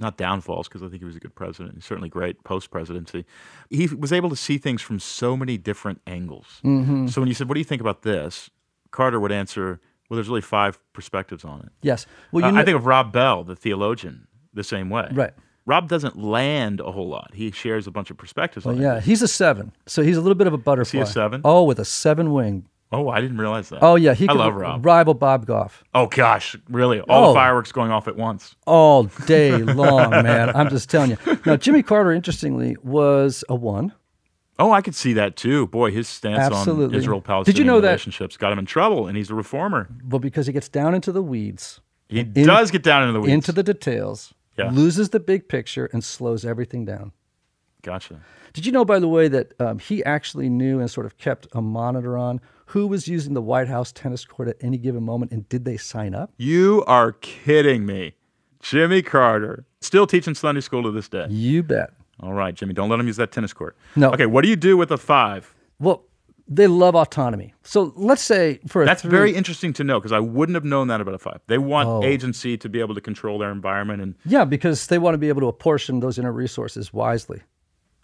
Speaker 1: not downfalls because I think he was a good president, and certainly great post presidency. He was able to see things from so many different angles.
Speaker 3: Mm-hmm.
Speaker 1: So when you said, "What do you think about this?" Carter would answer, "Well, there's really five perspectives on it."
Speaker 3: Yes. Well,
Speaker 1: Uh,
Speaker 3: you know,
Speaker 1: I think of Rob Bell, the theologian, the same way.
Speaker 3: Right.
Speaker 1: Rob doesn't land a whole lot. He shares a bunch of perspectives on
Speaker 3: Oh, yeah,
Speaker 1: it.
Speaker 3: he's a seven, so he's a little bit of a butterfly.
Speaker 1: seven?
Speaker 3: Oh, with a seven wing.
Speaker 1: Oh, I didn't realize that.
Speaker 3: Oh yeah, he
Speaker 1: I
Speaker 3: could
Speaker 1: love Rob.
Speaker 3: rival Bob Goff
Speaker 1: Oh gosh, really? All
Speaker 3: Oh.
Speaker 1: fireworks going off at once.
Speaker 3: all day long, man. I'm just telling you. Now, Jimmy Carter, interestingly, was a one.
Speaker 1: Oh, I could see that too. Boy, his stance on
Speaker 3: Absolutely.
Speaker 1: Israel
Speaker 3: Did you
Speaker 1: Palestinian
Speaker 3: know that-
Speaker 1: relationships got him in trouble, and he's a reformer.
Speaker 3: but because he gets down into the weeds,
Speaker 1: He does get down into the weeds.
Speaker 3: into the details,
Speaker 1: Yeah.
Speaker 3: loses the big picture, and slows everything down.
Speaker 1: gotcha.
Speaker 3: Did you know, by the way, that um, he actually knew and sort of kept a monitor on who was using the White House tennis court at any given moment and did they sign up?
Speaker 1: You are kidding me. Jimmy Carter, still teaching Sunday school to this day.
Speaker 3: You bet.
Speaker 1: All right, Jimmy, don't let him use that tennis court.
Speaker 3: No.
Speaker 1: Okay, what do you do with a five?
Speaker 3: Well, they love autonomy. So let's say for a
Speaker 1: That's
Speaker 3: three- Oh.
Speaker 1: very interesting to know because I wouldn't have known that about a five. They want agency to be able to control their environment and
Speaker 3: yeah because they want to be able to apportion those inner resources wisely.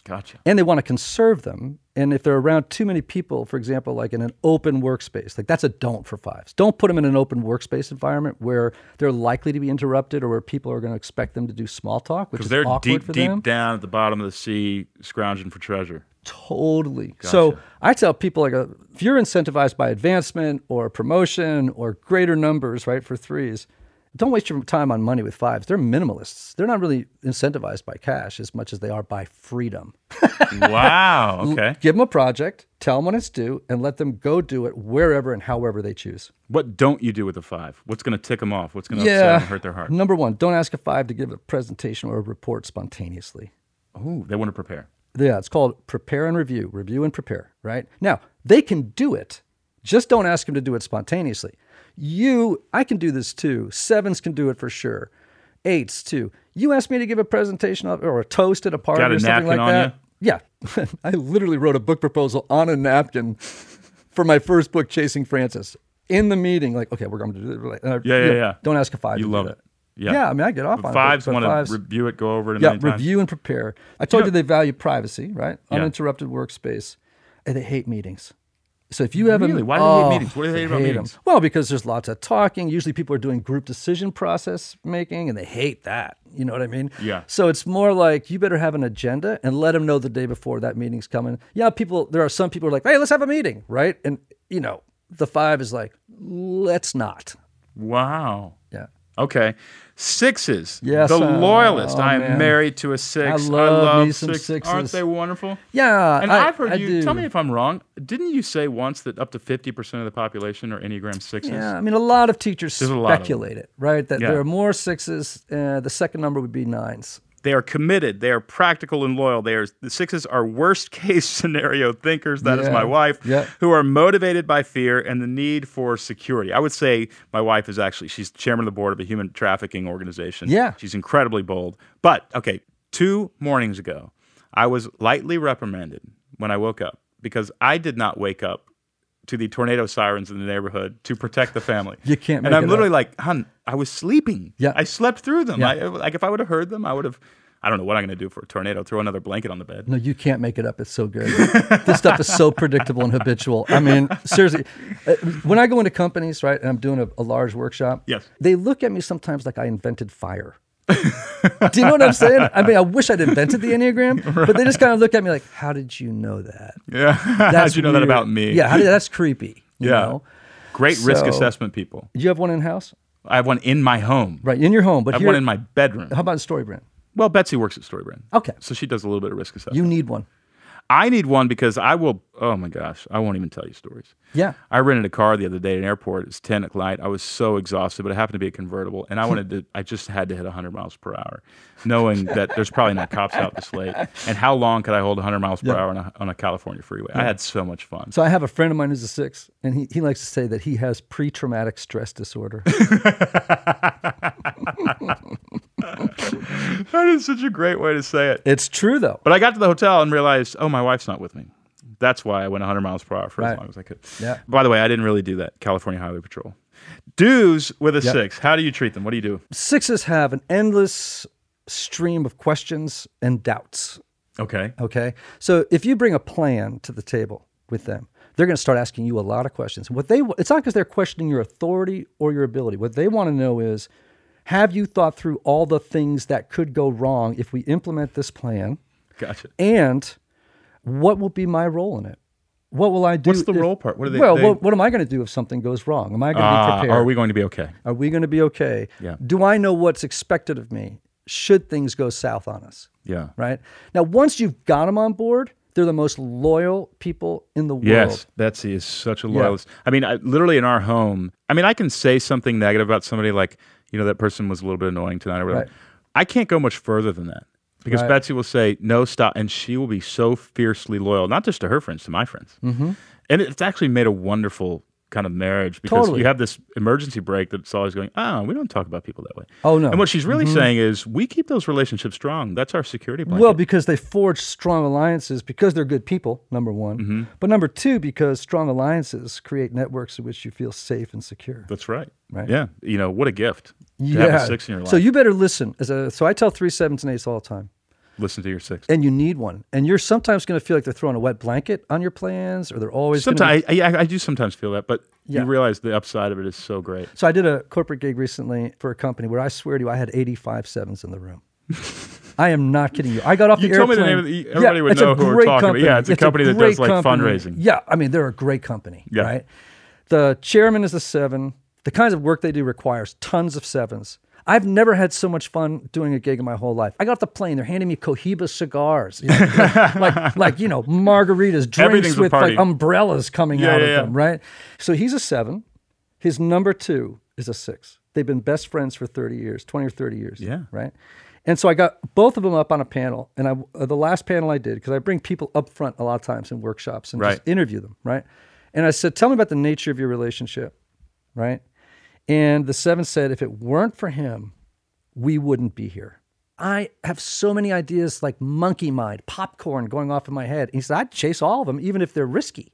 Speaker 1: gotcha.
Speaker 3: and they want to conserve them. And if they're around too many people, for example, like in an open workspace, like that's a don't for fives. Don't put them in an open workspace environment where they're likely to be interrupted or where people are going to expect them to do small talk, which
Speaker 1: Because
Speaker 3: is
Speaker 1: they're
Speaker 3: awkward
Speaker 1: deep,
Speaker 3: for
Speaker 1: deep
Speaker 3: them.
Speaker 1: down at the bottom of the sea, scrounging for treasure.
Speaker 3: Totally. So I tell people like, uh, if you're incentivized by advancement or promotion or greater numbers, right, for threes, don't waste your time on money with fives. They're minimalists. They're not really incentivized by cash as much as they are by freedom.
Speaker 1: wow. Okay.
Speaker 3: Give them a project, tell them when it's due, and let them go do it wherever and however they choose.
Speaker 1: What don't you do with a five? What's going to tick them off? What's going to upset
Speaker 3: yeah.
Speaker 1: and hurt their heart?
Speaker 3: Number one, don't ask a five to give a presentation or a report spontaneously.
Speaker 1: Oh, they want to prepare.
Speaker 3: Yeah, it's called prepare and review, review and prepare, right? Now, they can do it, just don't ask them to do it spontaneously. You, I can do this too. Sevens can do it for sure. Eights too. You asked me to give a presentation of- or a toast at a party
Speaker 1: Got a
Speaker 3: or something
Speaker 1: napkin
Speaker 3: like
Speaker 1: on
Speaker 3: that. Yeah, I literally wrote a book proposal on a napkin for my first book, Chasing Francis. In the meeting, like, okay, we're going to do this. And I-
Speaker 1: Yeah, yeah, yeah.
Speaker 3: Don't ask a five.
Speaker 1: You
Speaker 3: to do
Speaker 1: love
Speaker 3: that.
Speaker 1: it. Yeah.
Speaker 3: yeah, I mean, I get off on
Speaker 1: Fives
Speaker 3: it. but- but
Speaker 1: want to
Speaker 3: fives-
Speaker 1: review it, go over it. a
Speaker 3: yeah,
Speaker 1: million times.
Speaker 3: review and prepare. I told you they value privacy, right?
Speaker 1: Yeah.
Speaker 3: Uninterrupted workspace, and they hate meetings. So if you have
Speaker 1: Really?
Speaker 3: a
Speaker 1: Why do they hate
Speaker 3: oh,
Speaker 1: meetings? What do they hate about
Speaker 3: 'em.
Speaker 1: meetings?
Speaker 3: Well, because there's lots of talking. Usually, people are doing group decision process making, and they hate that. You know what I mean?
Speaker 1: Yeah.
Speaker 3: So it's more like you better have an agenda and let them know the day before that meeting's coming. Yeah, people. There are some people who are like, hey, let's have a meeting, right? And you know, the five is like, let's not.
Speaker 1: Wow.
Speaker 3: Yeah.
Speaker 1: Okay. Sixes.
Speaker 3: Yes,
Speaker 1: The
Speaker 3: uh,
Speaker 1: loyalist.
Speaker 3: oh,
Speaker 1: I am
Speaker 3: man.
Speaker 1: married to a six.
Speaker 3: I love me some
Speaker 1: sixes. Aren't
Speaker 3: sixes.
Speaker 1: they wonderful?
Speaker 3: Yeah.
Speaker 1: And
Speaker 3: I,
Speaker 1: have heard
Speaker 3: I
Speaker 1: you
Speaker 3: do.
Speaker 1: tell me if I'm wrong. Didn't you say once that up to 50% of the population are Enneagram sixes?
Speaker 3: Yeah, I mean, a lot of teachers
Speaker 1: There's a lot of
Speaker 3: speculate it, right? That
Speaker 1: Yeah.
Speaker 3: there are more sixes. Uh, the second number would be nines.
Speaker 1: They are committed. They are practical and loyal. They are the sixes are worst case scenario thinkers. That is
Speaker 3: Yeah.
Speaker 1: my wife,
Speaker 3: Yeah.
Speaker 1: who are motivated by fear and the need for security. I would say my wife is actually she's chairman of the board of a human trafficking organization.
Speaker 3: Yeah.
Speaker 1: she's incredibly bold. But okay, two mornings ago, I was lightly reprimanded when I woke up because I did not wake up to the tornado sirens in the neighborhood to protect the family.
Speaker 3: You can't
Speaker 1: And
Speaker 3: make
Speaker 1: I'm
Speaker 3: it
Speaker 1: literally like, hun, I was sleeping.
Speaker 3: Yeah.
Speaker 1: I slept through them.
Speaker 3: Yeah.
Speaker 1: I, uh, like if I would have heard them, I would have. I don't know what I'm going to do for a tornado. Throw another blanket on the bed.
Speaker 3: No, you can't make it up. It's so good. this stuff is so predictable and habitual. I mean, seriously, uh, when I go into companies, right, and I'm doing a, a large workshop,
Speaker 1: Yes.
Speaker 3: they look at me sometimes like I invented fire. Do you know what I'm saying? I mean, I wish I'd invented the Enneagram, but they just kind of look at me like, how did you know that?
Speaker 1: Yeah. How'd you know that
Speaker 3: weird."
Speaker 1: about me?
Speaker 3: Yeah, how did, that's creepy. You
Speaker 1: Yeah.
Speaker 3: Know?
Speaker 1: Great risk
Speaker 3: So-
Speaker 1: assessment people.
Speaker 3: Do you have one in house?
Speaker 1: I have one in my home.
Speaker 3: Right, in your home,
Speaker 1: I
Speaker 3: but
Speaker 1: have
Speaker 3: here,
Speaker 1: one in my bedroom.
Speaker 3: how about in Storybrand?
Speaker 1: Well, Betsy works at Storybrand.
Speaker 3: Okay.
Speaker 1: So she does a little bit of risk assessment.
Speaker 3: You need one.
Speaker 1: I need one because I will. Oh my gosh, I won't even tell you stories.
Speaker 3: Yeah.
Speaker 1: I rented a car the other day at an airport. It's ten at night. I was so exhausted, but it happened to be a convertible, and I wanted to. I just had to hit hundred miles per hour, knowing that there's probably not cops out this late. And how long could I hold hundred miles per hour on a, on a California freeway? I had so much fun.
Speaker 3: So I have a friend of mine who's a six, and he, he likes to say that he has pre-traumatic stress disorder.
Speaker 1: that is such a great way to say it.
Speaker 3: it's true though.
Speaker 1: But I got to the hotel and realized, oh, my wife's not with me. That's why I went 100 miles per hour for as
Speaker 3: Right.
Speaker 1: long as I could.
Speaker 3: Yeah.
Speaker 1: By the way, I didn't really do that. California Highway Patrol. Dudes with a
Speaker 3: Yep.
Speaker 1: six. How do you treat them? What do you do?
Speaker 3: Sixes have an endless stream of questions and doubts.
Speaker 1: Okay.
Speaker 3: Okay. So if you bring a plan to the table with them, they're going to start asking you a lot of questions. What they it's not because they're questioning your authority or your ability. What they want to know is have you thought through all the things that could go wrong if we implement this plan?
Speaker 1: Gotcha.
Speaker 3: And what will be my role in it? What will I do?
Speaker 1: What's the
Speaker 3: if-
Speaker 1: role part? What are they-
Speaker 3: Well,
Speaker 1: they-
Speaker 3: what, what am I going to do if something goes wrong? Am I going to
Speaker 1: Ah,
Speaker 3: be prepared?
Speaker 1: are we going to be okay?
Speaker 3: Are we going to be okay?
Speaker 1: Yeah.
Speaker 3: Do I know what's expected of me should things go south on us?
Speaker 1: Yeah.
Speaker 3: Right. Now, once you've got them on board, they're the most loyal people in the world.
Speaker 1: Yes, Betsy is such a loyalist. I mean, I, literally in our home, I mean, I can say something negative about somebody like, you know, that person was a little bit annoying tonight or whatever.
Speaker 3: Right.
Speaker 1: I can't go much further than that because
Speaker 3: Right.
Speaker 1: Betsy will say, no, stop. And she will be so fiercely loyal, not just to her friends, to my friends. Mm-hmm. And it's actually made a wonderful kind of marriage because
Speaker 3: Totally.
Speaker 1: you have this emergency break that's always going, oh, we don't talk about people that way.
Speaker 3: Oh, no.
Speaker 1: And what she's really saying is, we keep those relationships strong. That's our security blanket.
Speaker 3: Well, because they forge strong alliances because they're good people, number one.
Speaker 1: Mm-hmm.
Speaker 3: But number two, because strong alliances create networks in which you feel safe and secure.
Speaker 1: that's right.
Speaker 3: Right.
Speaker 1: Yeah. You know, what a gift to have a six in your life.
Speaker 3: So you better listen. As a, so I tell three, sevens, and eights all the time.
Speaker 1: Listen to your six.
Speaker 3: and you need one. And you're sometimes going to feel like they're throwing a wet blanket on your plans, or they're always gonna be-
Speaker 1: Sometimes I, I, I do sometimes feel that, but
Speaker 3: Yeah.
Speaker 1: you realize the upside of it is so great.
Speaker 3: So I did a corporate gig recently for a company where I swear to you, I had 85 sevens in the room. I am not kidding you. I got off
Speaker 1: You
Speaker 3: the
Speaker 1: told me
Speaker 3: airplane.
Speaker 1: the name of the- e, everybody would
Speaker 3: it's a
Speaker 1: know who we're
Speaker 3: great
Speaker 1: talking about. Yeah, it's a company that does,
Speaker 3: great
Speaker 1: like,
Speaker 3: company.
Speaker 1: fundraising.
Speaker 3: Yeah, I mean they're a great company,
Speaker 1: Yeah.
Speaker 3: right? The chairman is a seven. The kinds of work they do requires tons of sevens. I've never had so much fun doing a gig in my whole life. I got off the plane. They're handing me Cohiba cigars, you know, like, like like, you know margaritas, drinks
Speaker 1: Everything's a
Speaker 3: with like
Speaker 1: party.
Speaker 3: umbrellas coming
Speaker 1: Yeah,
Speaker 3: out
Speaker 1: yeah,
Speaker 3: of
Speaker 1: yeah.
Speaker 3: them, right? So he's a seven. His number two is a six. They've been best friends for 30 years, 20 or 30 years.
Speaker 1: Yeah.
Speaker 3: Right. And so I got both of them up on a panel. And I, uh, the last panel I did, because I bring people up front a lot of times in workshops and
Speaker 1: Right.
Speaker 3: just interview them. Right. And I said, Tell me about the nature of your relationship. Right. And the seven said, If it weren't for him, we wouldn't be here. I have so many ideas like monkey mind, popcorn going off in my head. And he said, I'd chase all of them, even if they're risky.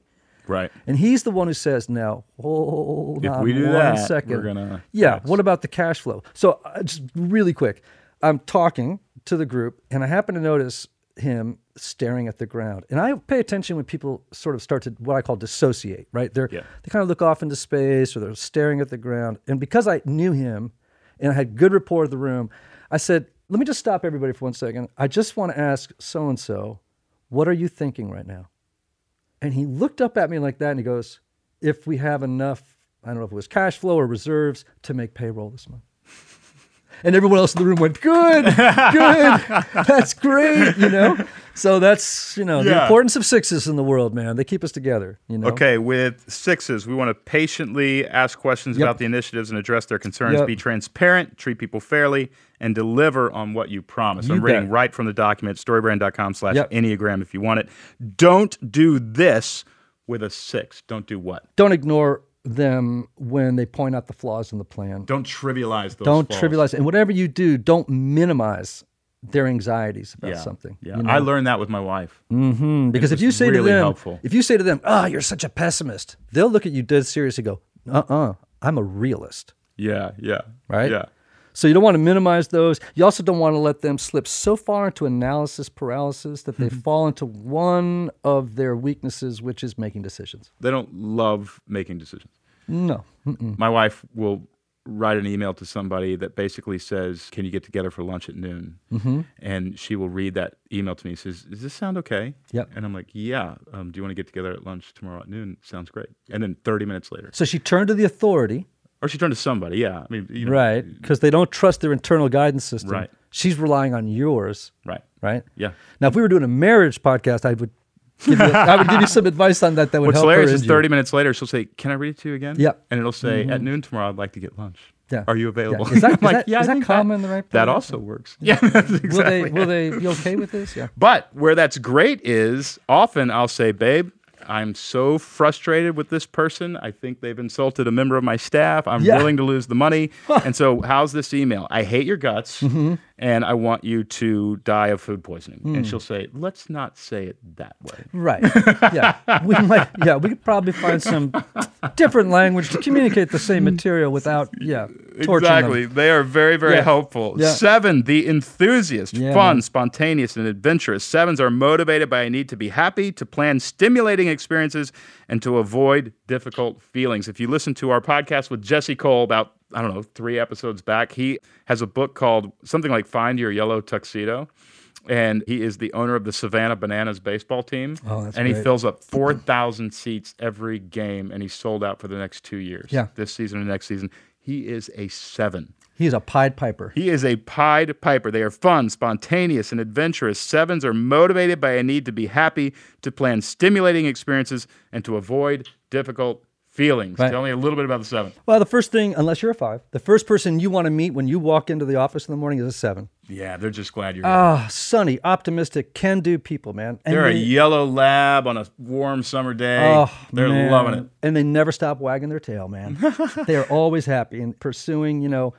Speaker 1: Right.
Speaker 3: And he's the one who says, "No, hold
Speaker 1: If
Speaker 3: on
Speaker 1: we do
Speaker 3: one
Speaker 1: that,
Speaker 3: second.
Speaker 1: we're gonna-
Speaker 3: yeah. What about the cash flow? So uh, just really quick, I'm talking to the group, and I happen to notice him staring at the ground. And I pay attention when people sort of start to what I call dissociate. Right? They're
Speaker 1: Yeah.
Speaker 3: they kind of look off into space, or they're staring at the ground. And because I knew him, and I had good rapport of the room, I said, "Let me just stop everybody for one second. I just want to ask so and so, what are you thinking right now?" And he looked up at me like that and he goes, If we have enough, I don't know if it was cash flow or reserves to make payroll this month. And everyone else in the room went, Good, good, that's great, you know? So that's, you know, the
Speaker 1: Yeah.
Speaker 3: importance of sixes in the world, man. They keep us together, you know?
Speaker 1: Okay, with sixes, we want to patiently ask questions about the initiatives and address their concerns,
Speaker 3: Yep.
Speaker 1: be transparent, treat people fairly, and deliver on what you promise.
Speaker 3: You
Speaker 1: I'm reading
Speaker 3: bet.
Speaker 1: right from the document, storybrand.com slash
Speaker 3: Yep.
Speaker 1: Enneagram if you want it. Don't do this with a six. Don't do what?
Speaker 3: Don't ignore them when they point out the flaws in the plan.
Speaker 1: Don't trivialize those
Speaker 3: Don't
Speaker 1: flaws.
Speaker 3: trivialize. And whatever you do, don't minimize their anxieties about
Speaker 1: yeah.
Speaker 3: something.
Speaker 1: Yeah.
Speaker 3: you
Speaker 1: I
Speaker 3: know?
Speaker 1: learned that with my wife.
Speaker 3: because if
Speaker 1: was
Speaker 3: you say to
Speaker 1: really
Speaker 3: them,
Speaker 1: helpful.
Speaker 3: if you say to them, "Ah, you're such a pessimist," they'll look at you dead serious and go, "Uh-uh, I'm a realist."
Speaker 1: Yeah, yeah.
Speaker 3: right?
Speaker 1: Yeah.
Speaker 3: So you don't want to minimize those. You also don't want to let them slip so far into analysis paralysis that they
Speaker 1: Mm-hmm.
Speaker 3: fall into one of their weaknesses, which is making decisions.
Speaker 1: They don't love making decisions.
Speaker 3: No.
Speaker 1: My wife will write an email to somebody that basically says, "Can you get together for lunch at noon?" Mm-hmm. And she will read that email to me. and Says, "Does this sound okay?"
Speaker 3: Yep.
Speaker 1: And I'm like, "Yeah." Um, do you want to get together at lunch tomorrow at noon? Sounds great. And then 30 minutes later,
Speaker 3: So she turned to the authority,
Speaker 1: or she turned to somebody. Yeah. I mean, you know,
Speaker 3: right? Because they don't trust their internal guidance system.
Speaker 1: Right.
Speaker 3: She's relying on yours,
Speaker 1: Right.
Speaker 3: right?
Speaker 1: Yeah.
Speaker 3: Now, if we were doing a marriage podcast, I would give you, I would give you some advice on that that would
Speaker 1: What's
Speaker 3: help her
Speaker 1: hilarious is
Speaker 3: and you.
Speaker 1: 30 minutes later, she'll say, Can I read it to you again?
Speaker 3: Yeah.
Speaker 1: And it'll say, At noon tomorrow, I'd like to get lunch.
Speaker 3: Mm-hmm. Yeah.
Speaker 1: Are you
Speaker 3: Yeah.
Speaker 1: available?
Speaker 3: Is that-
Speaker 1: I'm
Speaker 3: is that- is
Speaker 1: I
Speaker 3: that
Speaker 1: think
Speaker 3: common in the right
Speaker 1: That
Speaker 3: place?
Speaker 1: also works. Yeah. that's
Speaker 3: Will
Speaker 1: exactly
Speaker 3: they
Speaker 1: it.
Speaker 3: will they be okay with this? Yeah.
Speaker 1: But where that's great is often I'll say, Babe, I'm so frustrated with this person. I think they've insulted a member of my staff. I'm
Speaker 3: Yeah.
Speaker 1: willing to lose the money. and so, how's this email? I hate your guts and I want you to die of food poisoning. And she'll say, Let's not say it that way.
Speaker 3: Right. Yeah. we might. Yeah. We could probably find some different language to communicate the same material without. Yeah. Torturing
Speaker 1: Exactly.
Speaker 3: Them.
Speaker 1: They are very, very
Speaker 3: Yeah.
Speaker 1: helpful.
Speaker 3: Yeah.
Speaker 1: Seven, the enthusiast,
Speaker 3: Yeah,
Speaker 1: fun,
Speaker 3: man.
Speaker 1: spontaneous, and adventurous. Sevens are motivated by a need to be happy, to plan stimulating experiences, and to avoid difficult feelings. If you listen to our podcast with Jesse Cole about, I don't know, three episodes back, he has a book called something like Find Your Yellow Tuxedo. And he is the owner of the Savannah Bananas baseball team.
Speaker 3: Oh, that's
Speaker 1: and he
Speaker 3: great.
Speaker 1: fills up 4,000 seats every game, and he's sold out for the next two years
Speaker 3: Yeah.
Speaker 1: this season and next season. He is a seven.
Speaker 3: He's a Pied Piper.
Speaker 1: He is a Pied Piper. They are fun, spontaneous, and adventurous. Sevens are motivated by a need to be happy, to plan stimulating experiences, and to avoid difficult feelings.
Speaker 3: Right.
Speaker 1: Tell me a little bit about the seven.
Speaker 3: Well, the first thing, unless you're a five, the first person you want to meet when you walk into the office in the morning is a seven.
Speaker 1: Yeah, they're just glad you're here.
Speaker 3: Ah, sunny, optimistic, can-do people, man. And
Speaker 1: they're a
Speaker 3: they-
Speaker 1: yellow lab on a warm summer day.
Speaker 3: Oh,
Speaker 1: they're
Speaker 3: man.
Speaker 1: loving it.
Speaker 3: And they never stop wagging their tail, man. they are always happy and pursuing, you know,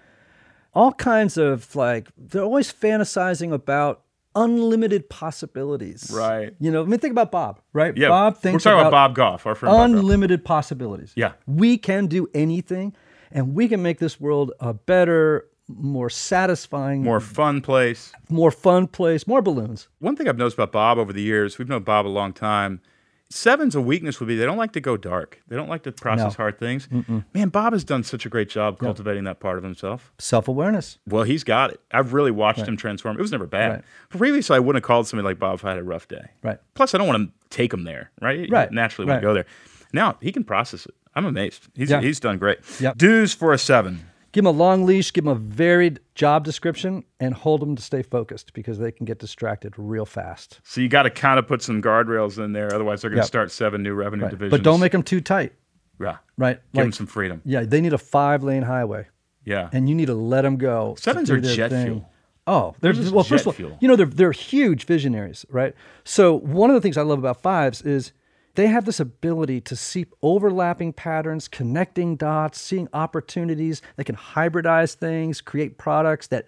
Speaker 3: all kinds of like, they're always fantasizing about unlimited possibilities.
Speaker 1: Right.
Speaker 3: You know, I mean, think about Bob, right?
Speaker 1: Yeah,
Speaker 3: Bob
Speaker 1: we're
Speaker 3: thinks
Speaker 1: talking about,
Speaker 3: about,
Speaker 1: Bob Goff, our friend. Bob Goff.
Speaker 3: unlimited possibilities.
Speaker 1: Yeah.
Speaker 3: We can do anything and we can make this world a better, more satisfying,
Speaker 1: More fun place.
Speaker 3: more fun place, more balloons.
Speaker 1: One thing I've noticed about Bob over the years, we've known Bob a long time. Seven's a weakness would be they don't like to go dark. They don't like to process
Speaker 3: No.
Speaker 1: hard things. Man, Bob has done such a great job cultivating that part of himself.
Speaker 3: Self awareness.
Speaker 1: Well, he's got it. I've really watched him transform. It was never bad.
Speaker 3: Right.
Speaker 1: Previously, I wouldn't have called somebody like Bob if I had a rough day.
Speaker 3: Right.
Speaker 1: Plus, I don't want to take him there. Right. You
Speaker 3: Right.
Speaker 1: naturally
Speaker 3: Right.
Speaker 1: want to go there. Now he can process it. I'm amazed. He's
Speaker 3: Yeah.
Speaker 1: he's done great.
Speaker 3: Yep.
Speaker 1: Dues for a seven.
Speaker 3: Give them a long leash, give them a varied job description, and hold them to stay focused because they can get distracted real fast.
Speaker 1: So you got to kind of put some guardrails in there, otherwise they're going to
Speaker 3: Yep.
Speaker 1: start seven new revenue divisions.
Speaker 3: But don't make them too tight,
Speaker 1: yeah.
Speaker 3: right?
Speaker 1: Give them some freedom.
Speaker 3: yeah, they need a five lane highway,
Speaker 1: Yeah.
Speaker 3: and you need to let them go. to
Speaker 1: Sevens
Speaker 3: do
Speaker 1: are
Speaker 3: their
Speaker 1: jet
Speaker 3: thing.
Speaker 1: fuel.
Speaker 3: Oh, they're,
Speaker 1: just
Speaker 3: well. First
Speaker 1: jet
Speaker 3: of all,
Speaker 1: fuel.
Speaker 3: you know they're they're huge visionaries, right? So one of the things I love about fives is they have this ability to see overlapping patterns, connecting dots, seeing opportunities. They can hybridize things, create products that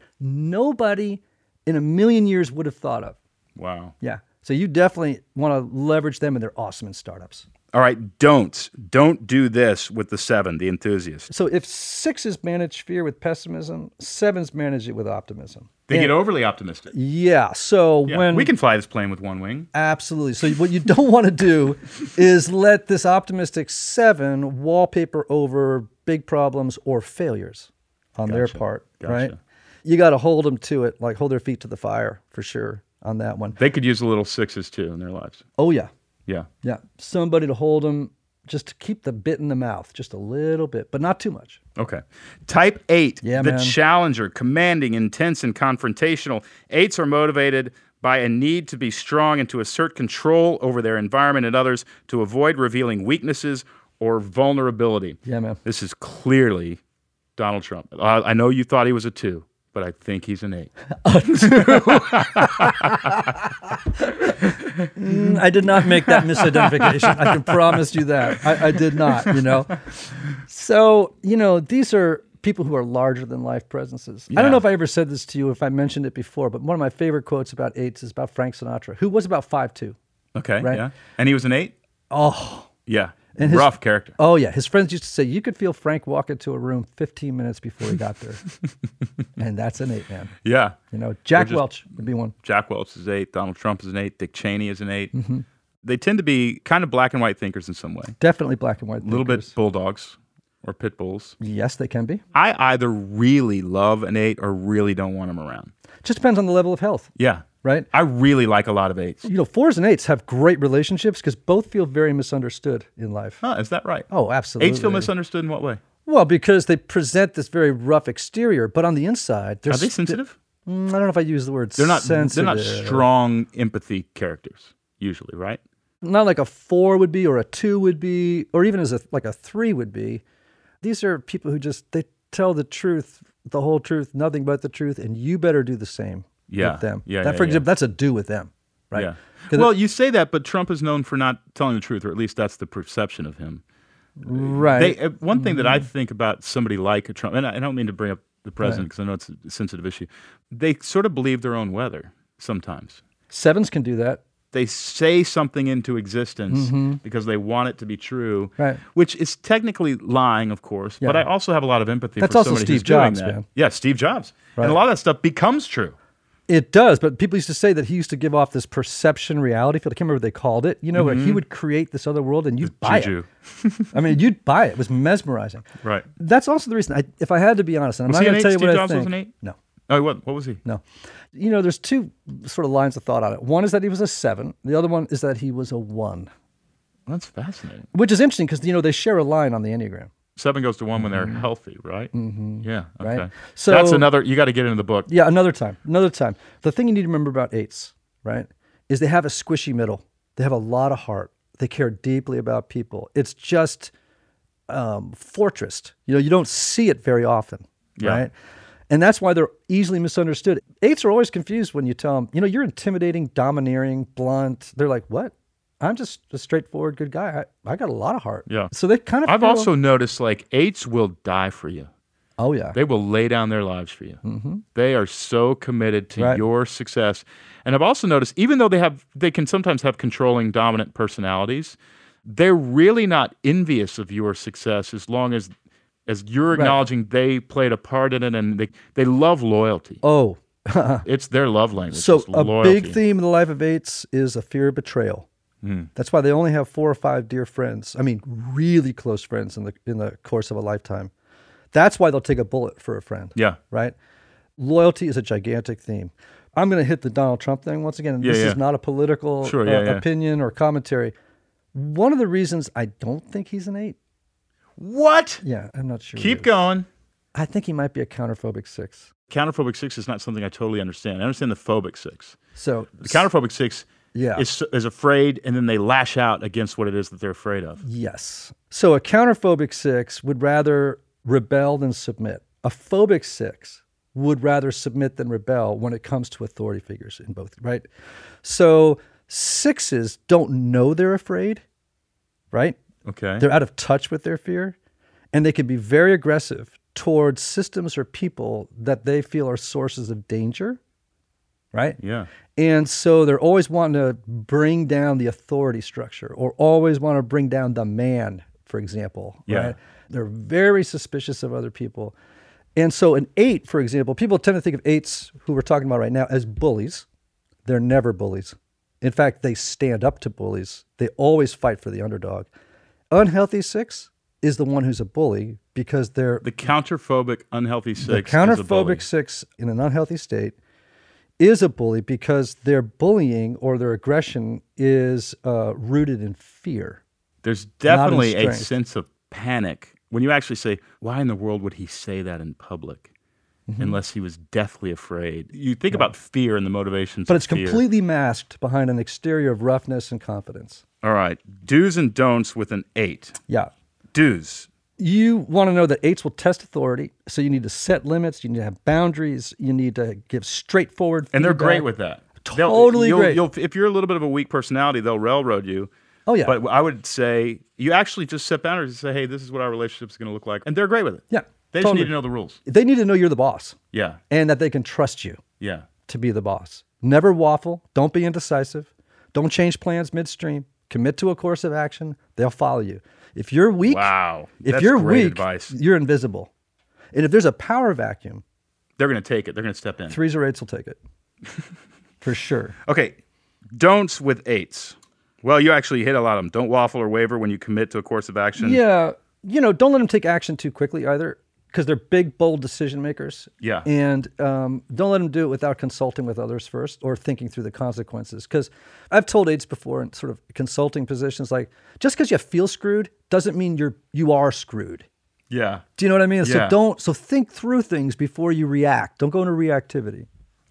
Speaker 3: nobody in a million years would have thought of.
Speaker 1: wow.
Speaker 3: Yeah. So you definitely want to leverage them, and they're awesome in startups.
Speaker 1: All right, don't don't do this with the seven, the enthusiast.
Speaker 3: So if sixes manage fear with pessimism, sevens manage it with optimism.
Speaker 1: They get overly optimistic.
Speaker 3: Yeah. So
Speaker 1: Yeah,
Speaker 3: when
Speaker 1: we can fly this plane with one wing.
Speaker 3: absolutely. So what you don't want to do is let this optimistic seven wallpaper over big problems or failures on their part, right?
Speaker 1: Gotcha.
Speaker 3: You got to hold them to it, like hold their feet to the fire for sure on that one.
Speaker 1: They could use a little sixes too in their lives.
Speaker 3: Oh yeah.
Speaker 1: Yeah,
Speaker 3: Yeah, somebody to hold them, just to keep the bit in the mouth, just a little bit, but not too much.
Speaker 1: Okay. Type eight,
Speaker 3: Yeah,
Speaker 1: the
Speaker 3: man.
Speaker 1: challenger, commanding, intense, and confrontational. Eights are motivated by a need to be strong and to assert control over their environment and others to avoid revealing weaknesses or vulnerability.
Speaker 3: Yeah, man.
Speaker 1: This is clearly Donald Trump. Uh, I, I know you thought he was a two, but I think he's an eight.
Speaker 3: Mm, I did not make that misidentification. I can promise you that. I, I did not, you know. So, you know, these are people who are larger than life presences. I don't know if I ever said this to you, if I mentioned it before, but one of my favorite quotes about eights is about Frank Sinatra, who was about 5'2.
Speaker 1: Okay.
Speaker 3: Right.
Speaker 1: Yeah. And he was an eight.
Speaker 3: Oh,
Speaker 1: Yeah.
Speaker 3: And his-
Speaker 1: Rough character.
Speaker 3: oh yeah. His friends used to say you could feel Frank walk into a room 15 minutes before he got there. and that's an eight, man.
Speaker 1: Yeah.
Speaker 3: You know, Jack
Speaker 1: just-
Speaker 3: Welch would be one.
Speaker 1: Jack Welch is eight. Donald Trump is an eight. Dick Cheney is an 8
Speaker 3: Mm-hmm.
Speaker 1: They tend to be kind of black and white thinkers in some way.
Speaker 3: Definitely black and white.
Speaker 1: A little bit bulldogs or pit bulls.
Speaker 3: Yes, they can be.
Speaker 1: I either really love an eight or really don't want them around.
Speaker 3: Just depends on the level of health,
Speaker 1: Yeah.
Speaker 3: right?
Speaker 1: I really like a lot of eights.
Speaker 3: You know, fours and eights have great relationships because both feel very misunderstood in life.
Speaker 1: Huh, is that right?
Speaker 3: Oh, absolutely.
Speaker 1: Eights feel misunderstood in what way?
Speaker 3: Well, because they present this very rough exterior, but on the inside, they're
Speaker 1: Are they
Speaker 3: st-
Speaker 1: sensitive?
Speaker 3: Mm, I don't know if I use the word
Speaker 1: They're not.
Speaker 3: sensitive.
Speaker 1: They're not strong empathy characters usually, right?
Speaker 3: Not like a four would be, or a two would be, or even as a like a three would be. These are people who just they tell the truth, the whole truth, nothing but the truth, and you better do the same
Speaker 1: Yeah.
Speaker 3: with them.
Speaker 1: Yeah,
Speaker 3: That,
Speaker 1: yeah,
Speaker 3: for
Speaker 1: yeah.
Speaker 3: example, that's a do with them, right?
Speaker 1: Yeah.
Speaker 3: 'Cause
Speaker 1: Well, you say that, but Trump is known for not telling the truth, or at least that's the perception of him.
Speaker 3: Right. Mm-hmm.
Speaker 1: They, uh, one thing that I think about somebody like a Trump, and I, I don't mean to bring up the president because I know it's a sensitive issue, they sort of believe their own weather sometimes.
Speaker 3: Sevens can do that.
Speaker 1: They say something into existence because they want it to be true,
Speaker 3: Mm-hmm. Right.
Speaker 1: which is technically lying, of course. But I
Speaker 3: Yeah.
Speaker 1: also have a lot of empathy
Speaker 3: That's
Speaker 1: for
Speaker 3: also
Speaker 1: somebody who's
Speaker 3: Steve Jobs,
Speaker 1: doing that.
Speaker 3: man.
Speaker 1: Yeah, Steve Jobs, and a lot of that stuff becomes true.
Speaker 3: It does, but people used to say that he used to give off this perception reality field. I can't remember what they called it. You know, where he would create this other world and you'd buy
Speaker 1: Mm-hmm. Juju.
Speaker 3: it. I mean, you'd buy it. It was mesmerizing.
Speaker 1: Right.
Speaker 3: That's also the reason. I, if I had to be honest, and I'm
Speaker 1: Was
Speaker 3: not
Speaker 1: he
Speaker 3: going
Speaker 1: an
Speaker 3: to tell
Speaker 1: eight?
Speaker 3: you
Speaker 1: Steve
Speaker 3: what
Speaker 1: Jobs
Speaker 3: I
Speaker 1: was
Speaker 3: think.
Speaker 1: an eight?
Speaker 3: No,
Speaker 1: Oh, what? What was he?
Speaker 3: no. You know, there's two sort of lines of thought on it. One is that he was a seven. The other one is that he was a one,
Speaker 1: That's fascinating.
Speaker 3: which is interesting because you know they share a line on the enneagram.
Speaker 1: Seven goes to one when they're healthy, right? Mm-hmm. Yeah. Okay.
Speaker 3: Right.
Speaker 1: So that's
Speaker 3: So-
Speaker 1: another. You got to get into the book.
Speaker 3: Yeah, another time. Another time. The thing you need to remember about eights, right, is they have a squishy middle. They have a lot of heart. They care deeply about people. It's just um, fortressed. You know, you don't see it very often,
Speaker 1: Yeah.
Speaker 3: right? And that's why they're easily misunderstood. Eights are always confused when you tell them, you know, you're intimidating, domineering, blunt. They're like, what? I'm just a straightforward good guy. I, I got a lot of heart.
Speaker 1: Yeah.
Speaker 3: So they kind of.
Speaker 1: I've
Speaker 3: feel-
Speaker 1: also noticed like eights will die for you.
Speaker 3: Oh yeah.
Speaker 1: They will lay down their lives for you. Mm-hmm. They are so committed to
Speaker 3: Right.
Speaker 1: your success. And I've also noticed, even though they have, they can sometimes have controlling, dominant personalities. They're really not envious of your success as long as, as you're acknowledging they played a part in it, and they they love loyalty.
Speaker 3: oh.
Speaker 1: It's their love language.
Speaker 3: So
Speaker 1: is
Speaker 3: a
Speaker 1: loyalty. Hmm.
Speaker 3: big theme in the life of eights is a fear of betrayal. That's why they only have four or five dear friends. I mean, really close friends in the in the course of a lifetime. That's why they'll take a bullet for a friend.
Speaker 1: Yeah.
Speaker 3: Right. Loyalty is a gigantic theme. I'm going to hit the Donald Trump thing once again. and
Speaker 1: Yeah,
Speaker 3: this
Speaker 1: yeah.
Speaker 3: is not a political
Speaker 1: Sure, yeah,
Speaker 3: uh,
Speaker 1: yeah.
Speaker 3: opinion or commentary. One of the reasons I don't think he's an eight.
Speaker 1: What?
Speaker 3: Yeah, I'm not sure. he
Speaker 1: Keep
Speaker 3: is.
Speaker 1: going.
Speaker 3: I think he might be a counterphobic six.
Speaker 1: Counterphobic six is not something I totally understand. I understand the phobic six.
Speaker 3: So
Speaker 1: The counterphobic six
Speaker 3: Yeah.
Speaker 1: is, is afraid, and then they lash out against what it is that they're afraid of.
Speaker 3: Mm. Yes. So a counterphobic six would rather rebel than submit. A phobic six would rather submit than rebel when it comes to authority figures in both, right? So sixes don't know they're afraid, right?
Speaker 1: Okay.
Speaker 3: They're out of touch with their fear and they can be very aggressive towards systems or people that they feel are sources of danger, right?
Speaker 1: yeah.
Speaker 3: And so they're always wanting to bring down the authority structure or always want to bring down the man, for example.
Speaker 1: Yeah.
Speaker 3: Right? They're very suspicious of other people. And so an eight, for example, people tend to think of eights who we're talking about right now as bullies. They're never bullies. In fact, they stand up to bullies. They always fight for the underdog. Unhealthy six is the one who's a bully because they're
Speaker 1: The counterphobic, unhealthy six.
Speaker 3: the
Speaker 1: is a bully.
Speaker 3: counterphobic six in an unhealthy state is a bully because their bullying or their aggression is uh, rooted in fear.
Speaker 1: There's definitely a
Speaker 3: strength.
Speaker 1: sense of panic when you actually say, "Why in the world would he say that in public?"
Speaker 3: Mm-hmm.
Speaker 1: Unless he was deathly afraid. You think about fear and the motivations.
Speaker 3: But
Speaker 1: of
Speaker 3: it's
Speaker 1: fear.
Speaker 3: completely masked behind an exterior of roughness and confidence.
Speaker 1: All right. Do's and don'ts with an eight.
Speaker 3: Yeah.
Speaker 1: Do's.
Speaker 3: You want to know that eights will test authority. So you need to set limits. You need to have boundaries. You need to give straightforward
Speaker 1: and they're great
Speaker 3: feedback.
Speaker 1: with that. They'll-
Speaker 3: Totally
Speaker 1: you'll-
Speaker 3: great.
Speaker 1: You'll, if you're a little bit of a weak personality, they'll railroad you.
Speaker 3: Oh, yeah.
Speaker 1: But I would say you actually just set boundaries and say, "Hey, this is what our relationship's going to look like," and they're great with it.
Speaker 3: Yeah.
Speaker 1: They just
Speaker 3: Totally.
Speaker 1: need to know the rules.
Speaker 3: They need to know you're the boss
Speaker 1: Yeah.
Speaker 3: and that they can trust you
Speaker 1: Yeah.
Speaker 3: to be the boss. Never waffle. Don't be indecisive. Don't change plans midstream. Commit to a course of action. They'll follow you. If you're weak,
Speaker 1: Wow.
Speaker 3: if
Speaker 1: That's
Speaker 3: you're
Speaker 1: great
Speaker 3: weak,
Speaker 1: advice.
Speaker 3: you're invisible. And if there's a power vacuum,
Speaker 1: They're going to take it. They're going to step in.
Speaker 3: threes or eights will take it for sure.
Speaker 1: Okay, don'ts with eights. Well, you actually hit a lot of them. Don't waffle or waver when you commit to a course of action.
Speaker 3: Yeah, you know, don't let them take action too quickly either, because they're big, bold decision makers.
Speaker 1: Yeah.
Speaker 3: and um, don't let them do it without consulting with others first or thinking through the consequences. Because I've told aides before in sort of consulting positions, like just because you feel screwed doesn't mean you're you are screwed.
Speaker 1: Yeah.
Speaker 3: Do you know what I mean?
Speaker 1: Yeah.
Speaker 3: So don't so think through things before you react. Don't go into reactivity.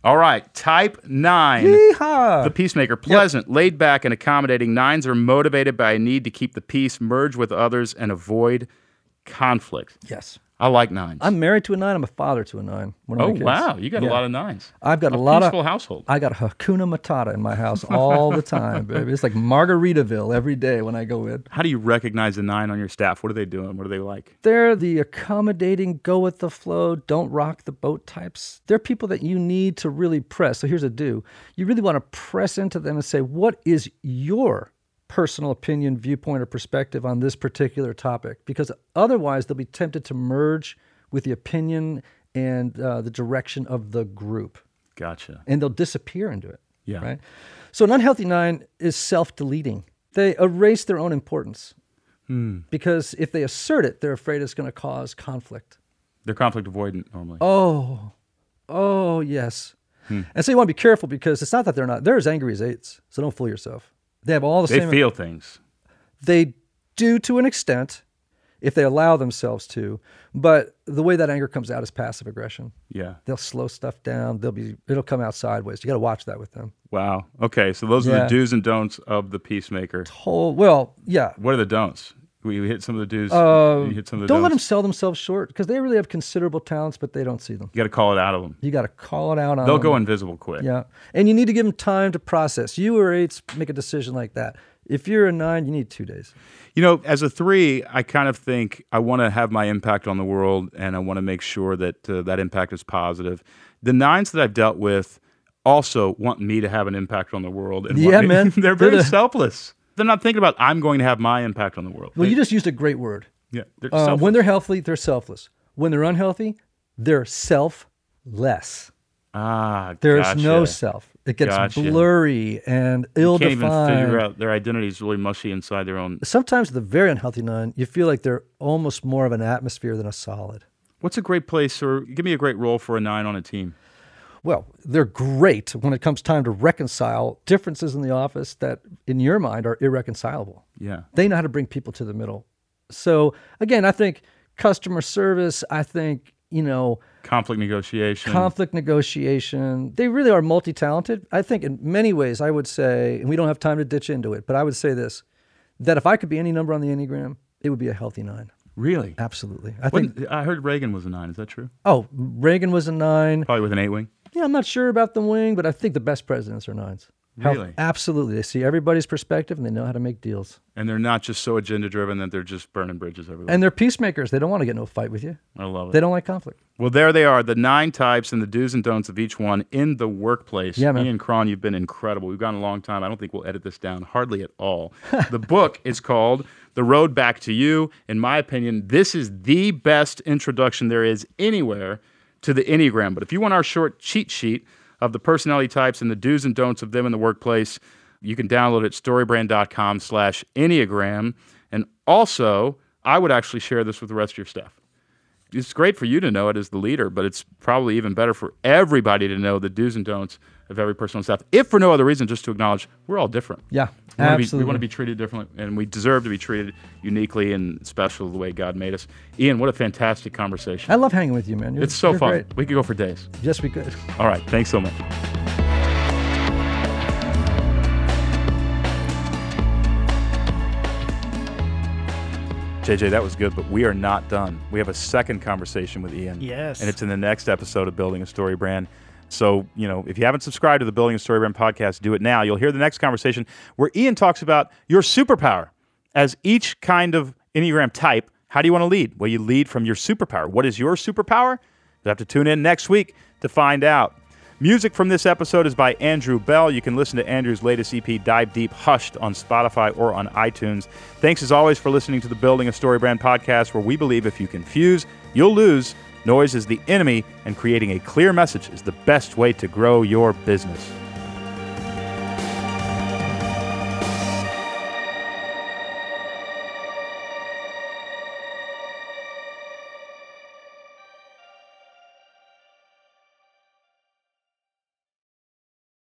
Speaker 1: All right, type nine.
Speaker 3: Yeehaw!
Speaker 1: The peacemaker, pleasant, laid back, and accommodating. Nines are motivated by a need to keep the peace, merge with others, and avoid conflict.
Speaker 3: yes,
Speaker 1: I like 9s
Speaker 3: I'm married to a nine. I'm a father to a nine. One of my
Speaker 1: oh,
Speaker 3: kids.
Speaker 1: wow. You got a lot of nines.
Speaker 3: I've got a,
Speaker 1: a
Speaker 3: lot
Speaker 1: peaceful
Speaker 3: of
Speaker 1: household.
Speaker 3: I got Hakuna Matata in my house all the time, baby. It's like Margaritaville every day when I go in.
Speaker 1: How do you recognize the nine on your staff? What are they doing? What are they like?
Speaker 3: They're the accommodating, go with the flow, don't rock the boat types. They're people that you need to really press. So here's a do. You really want to press into them and say, what is your personal opinion, viewpoint, or perspective on this particular topic? Because otherwise, they'll be tempted to merge with the opinion and uh, the direction of the group.
Speaker 1: Gotcha.
Speaker 3: and they'll disappear into it.
Speaker 1: Yeah.
Speaker 3: Right. So an unhealthy nine is self-deleting. They erase their own importance
Speaker 1: Hmm.
Speaker 3: because if they assert it, they're afraid it's going to cause conflict.
Speaker 1: They're conflict avoidant normally.
Speaker 3: Oh, oh yes.
Speaker 1: Hmm.
Speaker 3: And so you want to be careful because it's not that they're not they're as angry as eights. So don't fool yourself. They have all the
Speaker 1: they
Speaker 3: same.
Speaker 1: feel things.
Speaker 3: they do to an extent if they allow themselves to, but the way that anger comes out is passive aggression.
Speaker 1: Yeah.
Speaker 3: They'll slow stuff down. They'll be it'll come out sideways. You got to watch that with them.
Speaker 1: Wow. Okay, so those are the
Speaker 3: Yeah.
Speaker 1: do's and don'ts of the peacemaker.
Speaker 3: whole well yeah
Speaker 1: What are the don'ts? We we hit some of the do's. you hit some of the
Speaker 3: Uh, don't let them
Speaker 1: don'ts.
Speaker 3: sell themselves short because they really have considerable talents but they don't see them
Speaker 1: You got to call it out of them.
Speaker 3: you got to call it out on
Speaker 1: They'll
Speaker 3: them.
Speaker 1: go invisible quick.
Speaker 3: yeah and you need to give them time to process you or eights make a decision like that if you're a nine you need two days
Speaker 1: You know, as a three, I kind of think I want to have my impact on the world, and I want to make sure that uh, that impact is positive. The nines that I've dealt with also want me to have an impact on the world. And want
Speaker 3: Yeah,
Speaker 1: me-
Speaker 3: man.
Speaker 1: they're
Speaker 3: They're
Speaker 1: very
Speaker 3: the-
Speaker 1: selfless. They're not thinking about I'm going to have my impact on the world.
Speaker 3: well you just used a great word
Speaker 1: yeah, they're
Speaker 3: Uh,
Speaker 1: selfless.
Speaker 3: when they're healthy they're selfless when they're unhealthy they're selfless
Speaker 1: ah,
Speaker 3: there's
Speaker 1: gotcha.
Speaker 3: no self it gets
Speaker 1: Gotcha.
Speaker 3: blurry and ill
Speaker 1: Can't even figure
Speaker 3: defined
Speaker 1: out their identity is really mushy inside their own.
Speaker 3: sometimes the very unhealthy nine you feel like they're almost more of an atmosphere than a solid
Speaker 1: What's a great place or give me a great role for a nine on a team?
Speaker 3: well, they're great when it comes time to reconcile differences in the office that, in your mind, are irreconcilable.
Speaker 1: Yeah.
Speaker 3: They know how to bring people to the middle. So, again, I think customer service, I think, you know,
Speaker 1: Conflict negotiation.
Speaker 3: conflict negotiation, they really are multi talented. I think, in many ways, I would say, and we don't have time to ditch into it, but I would say this that if I could be any number on the Enneagram, it would be a healthy nine.
Speaker 1: really?
Speaker 3: Absolutely. I think,
Speaker 1: Wasn't- I heard Reagan was a nine. Is that true?
Speaker 3: oh, Reagan was a nine.
Speaker 1: Probably with an eight wing.
Speaker 3: Yeah, I'm not sure about the wing, but I think the best presidents are nines. How-
Speaker 1: Really?
Speaker 3: absolutely. They see everybody's perspective and they know how to make deals.
Speaker 1: And they're not just so agenda driven that they're just burning bridges everywhere.
Speaker 3: And they're peacemakers. They don't want to get into a fight with you.
Speaker 1: I love it.
Speaker 3: They don't like conflict.
Speaker 1: well, there they are, the nine types and the do's and don'ts of each one in the workplace.
Speaker 3: Yeah, man.
Speaker 1: Ian Cron, you've been incredible. We've gone a long time. I don't think we'll edit this down hardly at all. the book is called The Road Back to You. In my opinion, this is the best introduction there is anywhere to the Enneagram. But if you want our short cheat sheet of the personality types and the do's and don'ts of them in the workplace, you can download it at storybrand.com slash Enneagram. And also, I would actually share this with the rest of your staff it's great for you to know it as the leader, but it's probably even better for everybody to know the do's and don'ts of every person on staff. If for no other reason, just to acknowledge we're all different. We
Speaker 3: Yeah,
Speaker 1: wanna be-
Speaker 3: absolutely.
Speaker 1: we want to be treated differently, and we deserve to be treated uniquely and special the way God made us. Ian, what a fantastic conversation!
Speaker 3: I love hanging with you, man. You're,
Speaker 1: it's so
Speaker 3: you're
Speaker 1: fun.
Speaker 3: Great.
Speaker 1: We could go for days.
Speaker 3: Yes, we could.
Speaker 1: All right, thanks so much. JJ, that was good, but we are not done. We have a second conversation with Ian.
Speaker 2: Yes.
Speaker 1: And it's in the next episode of Building a Story Brand. So, you know, if you haven't subscribed to the Building a Story Brand podcast, do it now. You'll hear the next conversation where Ian talks about your superpower as each kind of Enneagram type, How do you want to lead? Well, you lead from your superpower. What is your superpower? You'll have to tune in next week to find out. Music from this episode is by Andrew Bell. You can listen to Andrew's latest EP, Dive Deep Hushed, on Spotify or on iTunes. Thanks as always for listening to the Building a Story Brand podcast, where we believe if you confuse, you'll lose. Noise is the enemy, and creating a clear message is the best way to grow your business.